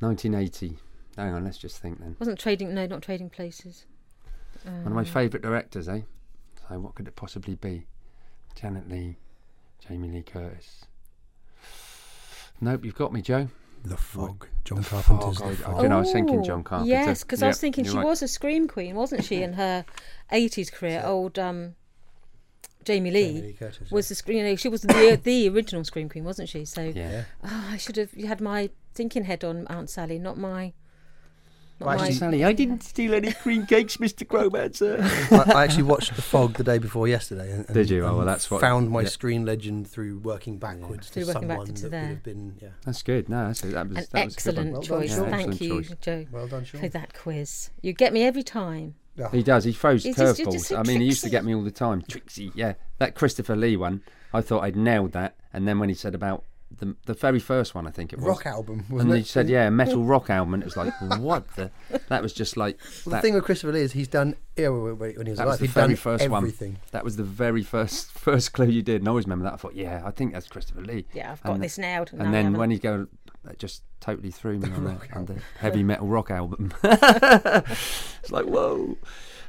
C: 1980? Hang on, let's just think then.
A: wasn't trading. No, not trading places.
C: One of my
A: Mm.
C: favourite directors, eh? So what could it possibly be? Janet Lee, Jamie Lee Curtis. Nope, you've got me, Joe.
B: The Fog John
C: The
B: Carpenter's
C: Fog,
B: The
C: I, I,
B: Fog
C: don't know, I was thinking
A: Oh,
C: John Carpenter.
A: Yes, because I was
C: Yep,
A: thinking
C: you're
A: she
C: right.
A: was a scream queen, wasn't she, in her 80s career? Old um, Jamie Lee.
B: Jamie Lee Curtis, yeah.
A: was the screen, you know, she was the <coughs> the original Scream Queen, wasn't she? So
C: Yeah.
A: oh, I should have had my thinking head on Aunt Sally, not my. Not
B: Well,
A: my
B: actually-
C: Sally, I didn't steal any cream cakes, Mr. Gromancer.
A: <laughs>
B: I, I actually watched The Fog the day before yesterday. And, and-
C: Did you? Oh,
B: and
C: well, that's what-
B: Found my
C: yeah.
B: screen legend through working backwards
A: Through
B: to
A: working
B: someone
A: backwards to
B: that
A: there.
B: would have been. Yeah.
C: <laughs> That's good. No, that's, that was
A: an
C: that was a good one.
A: excellent
B: Well done,
A: choice.
B: Sean.
A: Thank
C: Excellent
A: you,
C: choice.
A: Joe,
B: Well done,
A: for
B: Sean.
A: that quiz. You get me every time.
C: He does. He throws
A: He's just- he's
C: curveballs.
A: just so
C: I mean, he used to
A: tricksy.
C: get me all the time. Trixie, yeah. That Christopher Lee one, I thought I'd nailed that. And then when he said about the, the very first one, I think it was.
B: Rock album, wasn't
C: And he
B: it?
C: said, yeah, metal rock album. And it was like, what the? That was just like.
B: Well, the
C: that,
B: thing with Christopher Lee is he's done. Yeah, when when- when he was
C: that
B: alive,
C: was the
B: he'd done
C: very first
B: everything.
C: one. That was the very first <laughs> first clue you did. And I always remember that. I thought, yeah, I think that's Christopher Lee.
A: Yeah, I've got
C: And-
A: this nailed. No,
C: And
A: I
C: then
A: haven't.
C: when he go That just totally threw me on, that, on the heavy metal rock album. <laughs> it's like, whoa.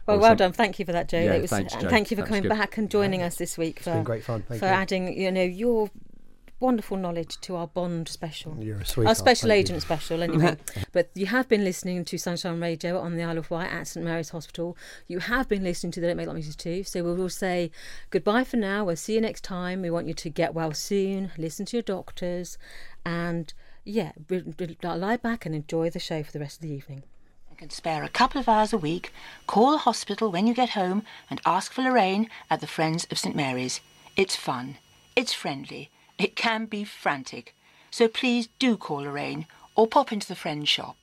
A: Well,
C: Or
A: well
C: some-
A: done. Thank you for that, Joe.
C: Yeah,
A: It was,
C: thanks,
A: and
C: Joe.
A: thank you for
C: That was
A: coming
C: good.
A: back and joining us this week. For,
B: been great fun. Thank
A: for
B: you.
A: adding, you know, your wonderful knowledge to our Bond special.
B: You're a
A: Our
B: sweetheart,
A: special
B: thank you.
A: agent special,
B: <laughs>
A: anyway. but you have been listening to Sunshine Radio on the Isle of Wight at St Mary's Hospital. You have been listening to the Don't Make Like Music too. So we will say goodbye for now. We'll see you next time. We want you to get well soon. Listen to your doctors, and yeah, re- re- lie back and enjoy the show for the rest of the evening.
I: You can spare a couple of hours a week, call the hospital when you get home, and ask for Lorraine at the Friends of St Mary's. It's fun, it's friendly, it can be frantic. So please do call Lorraine or pop into the Friends shop.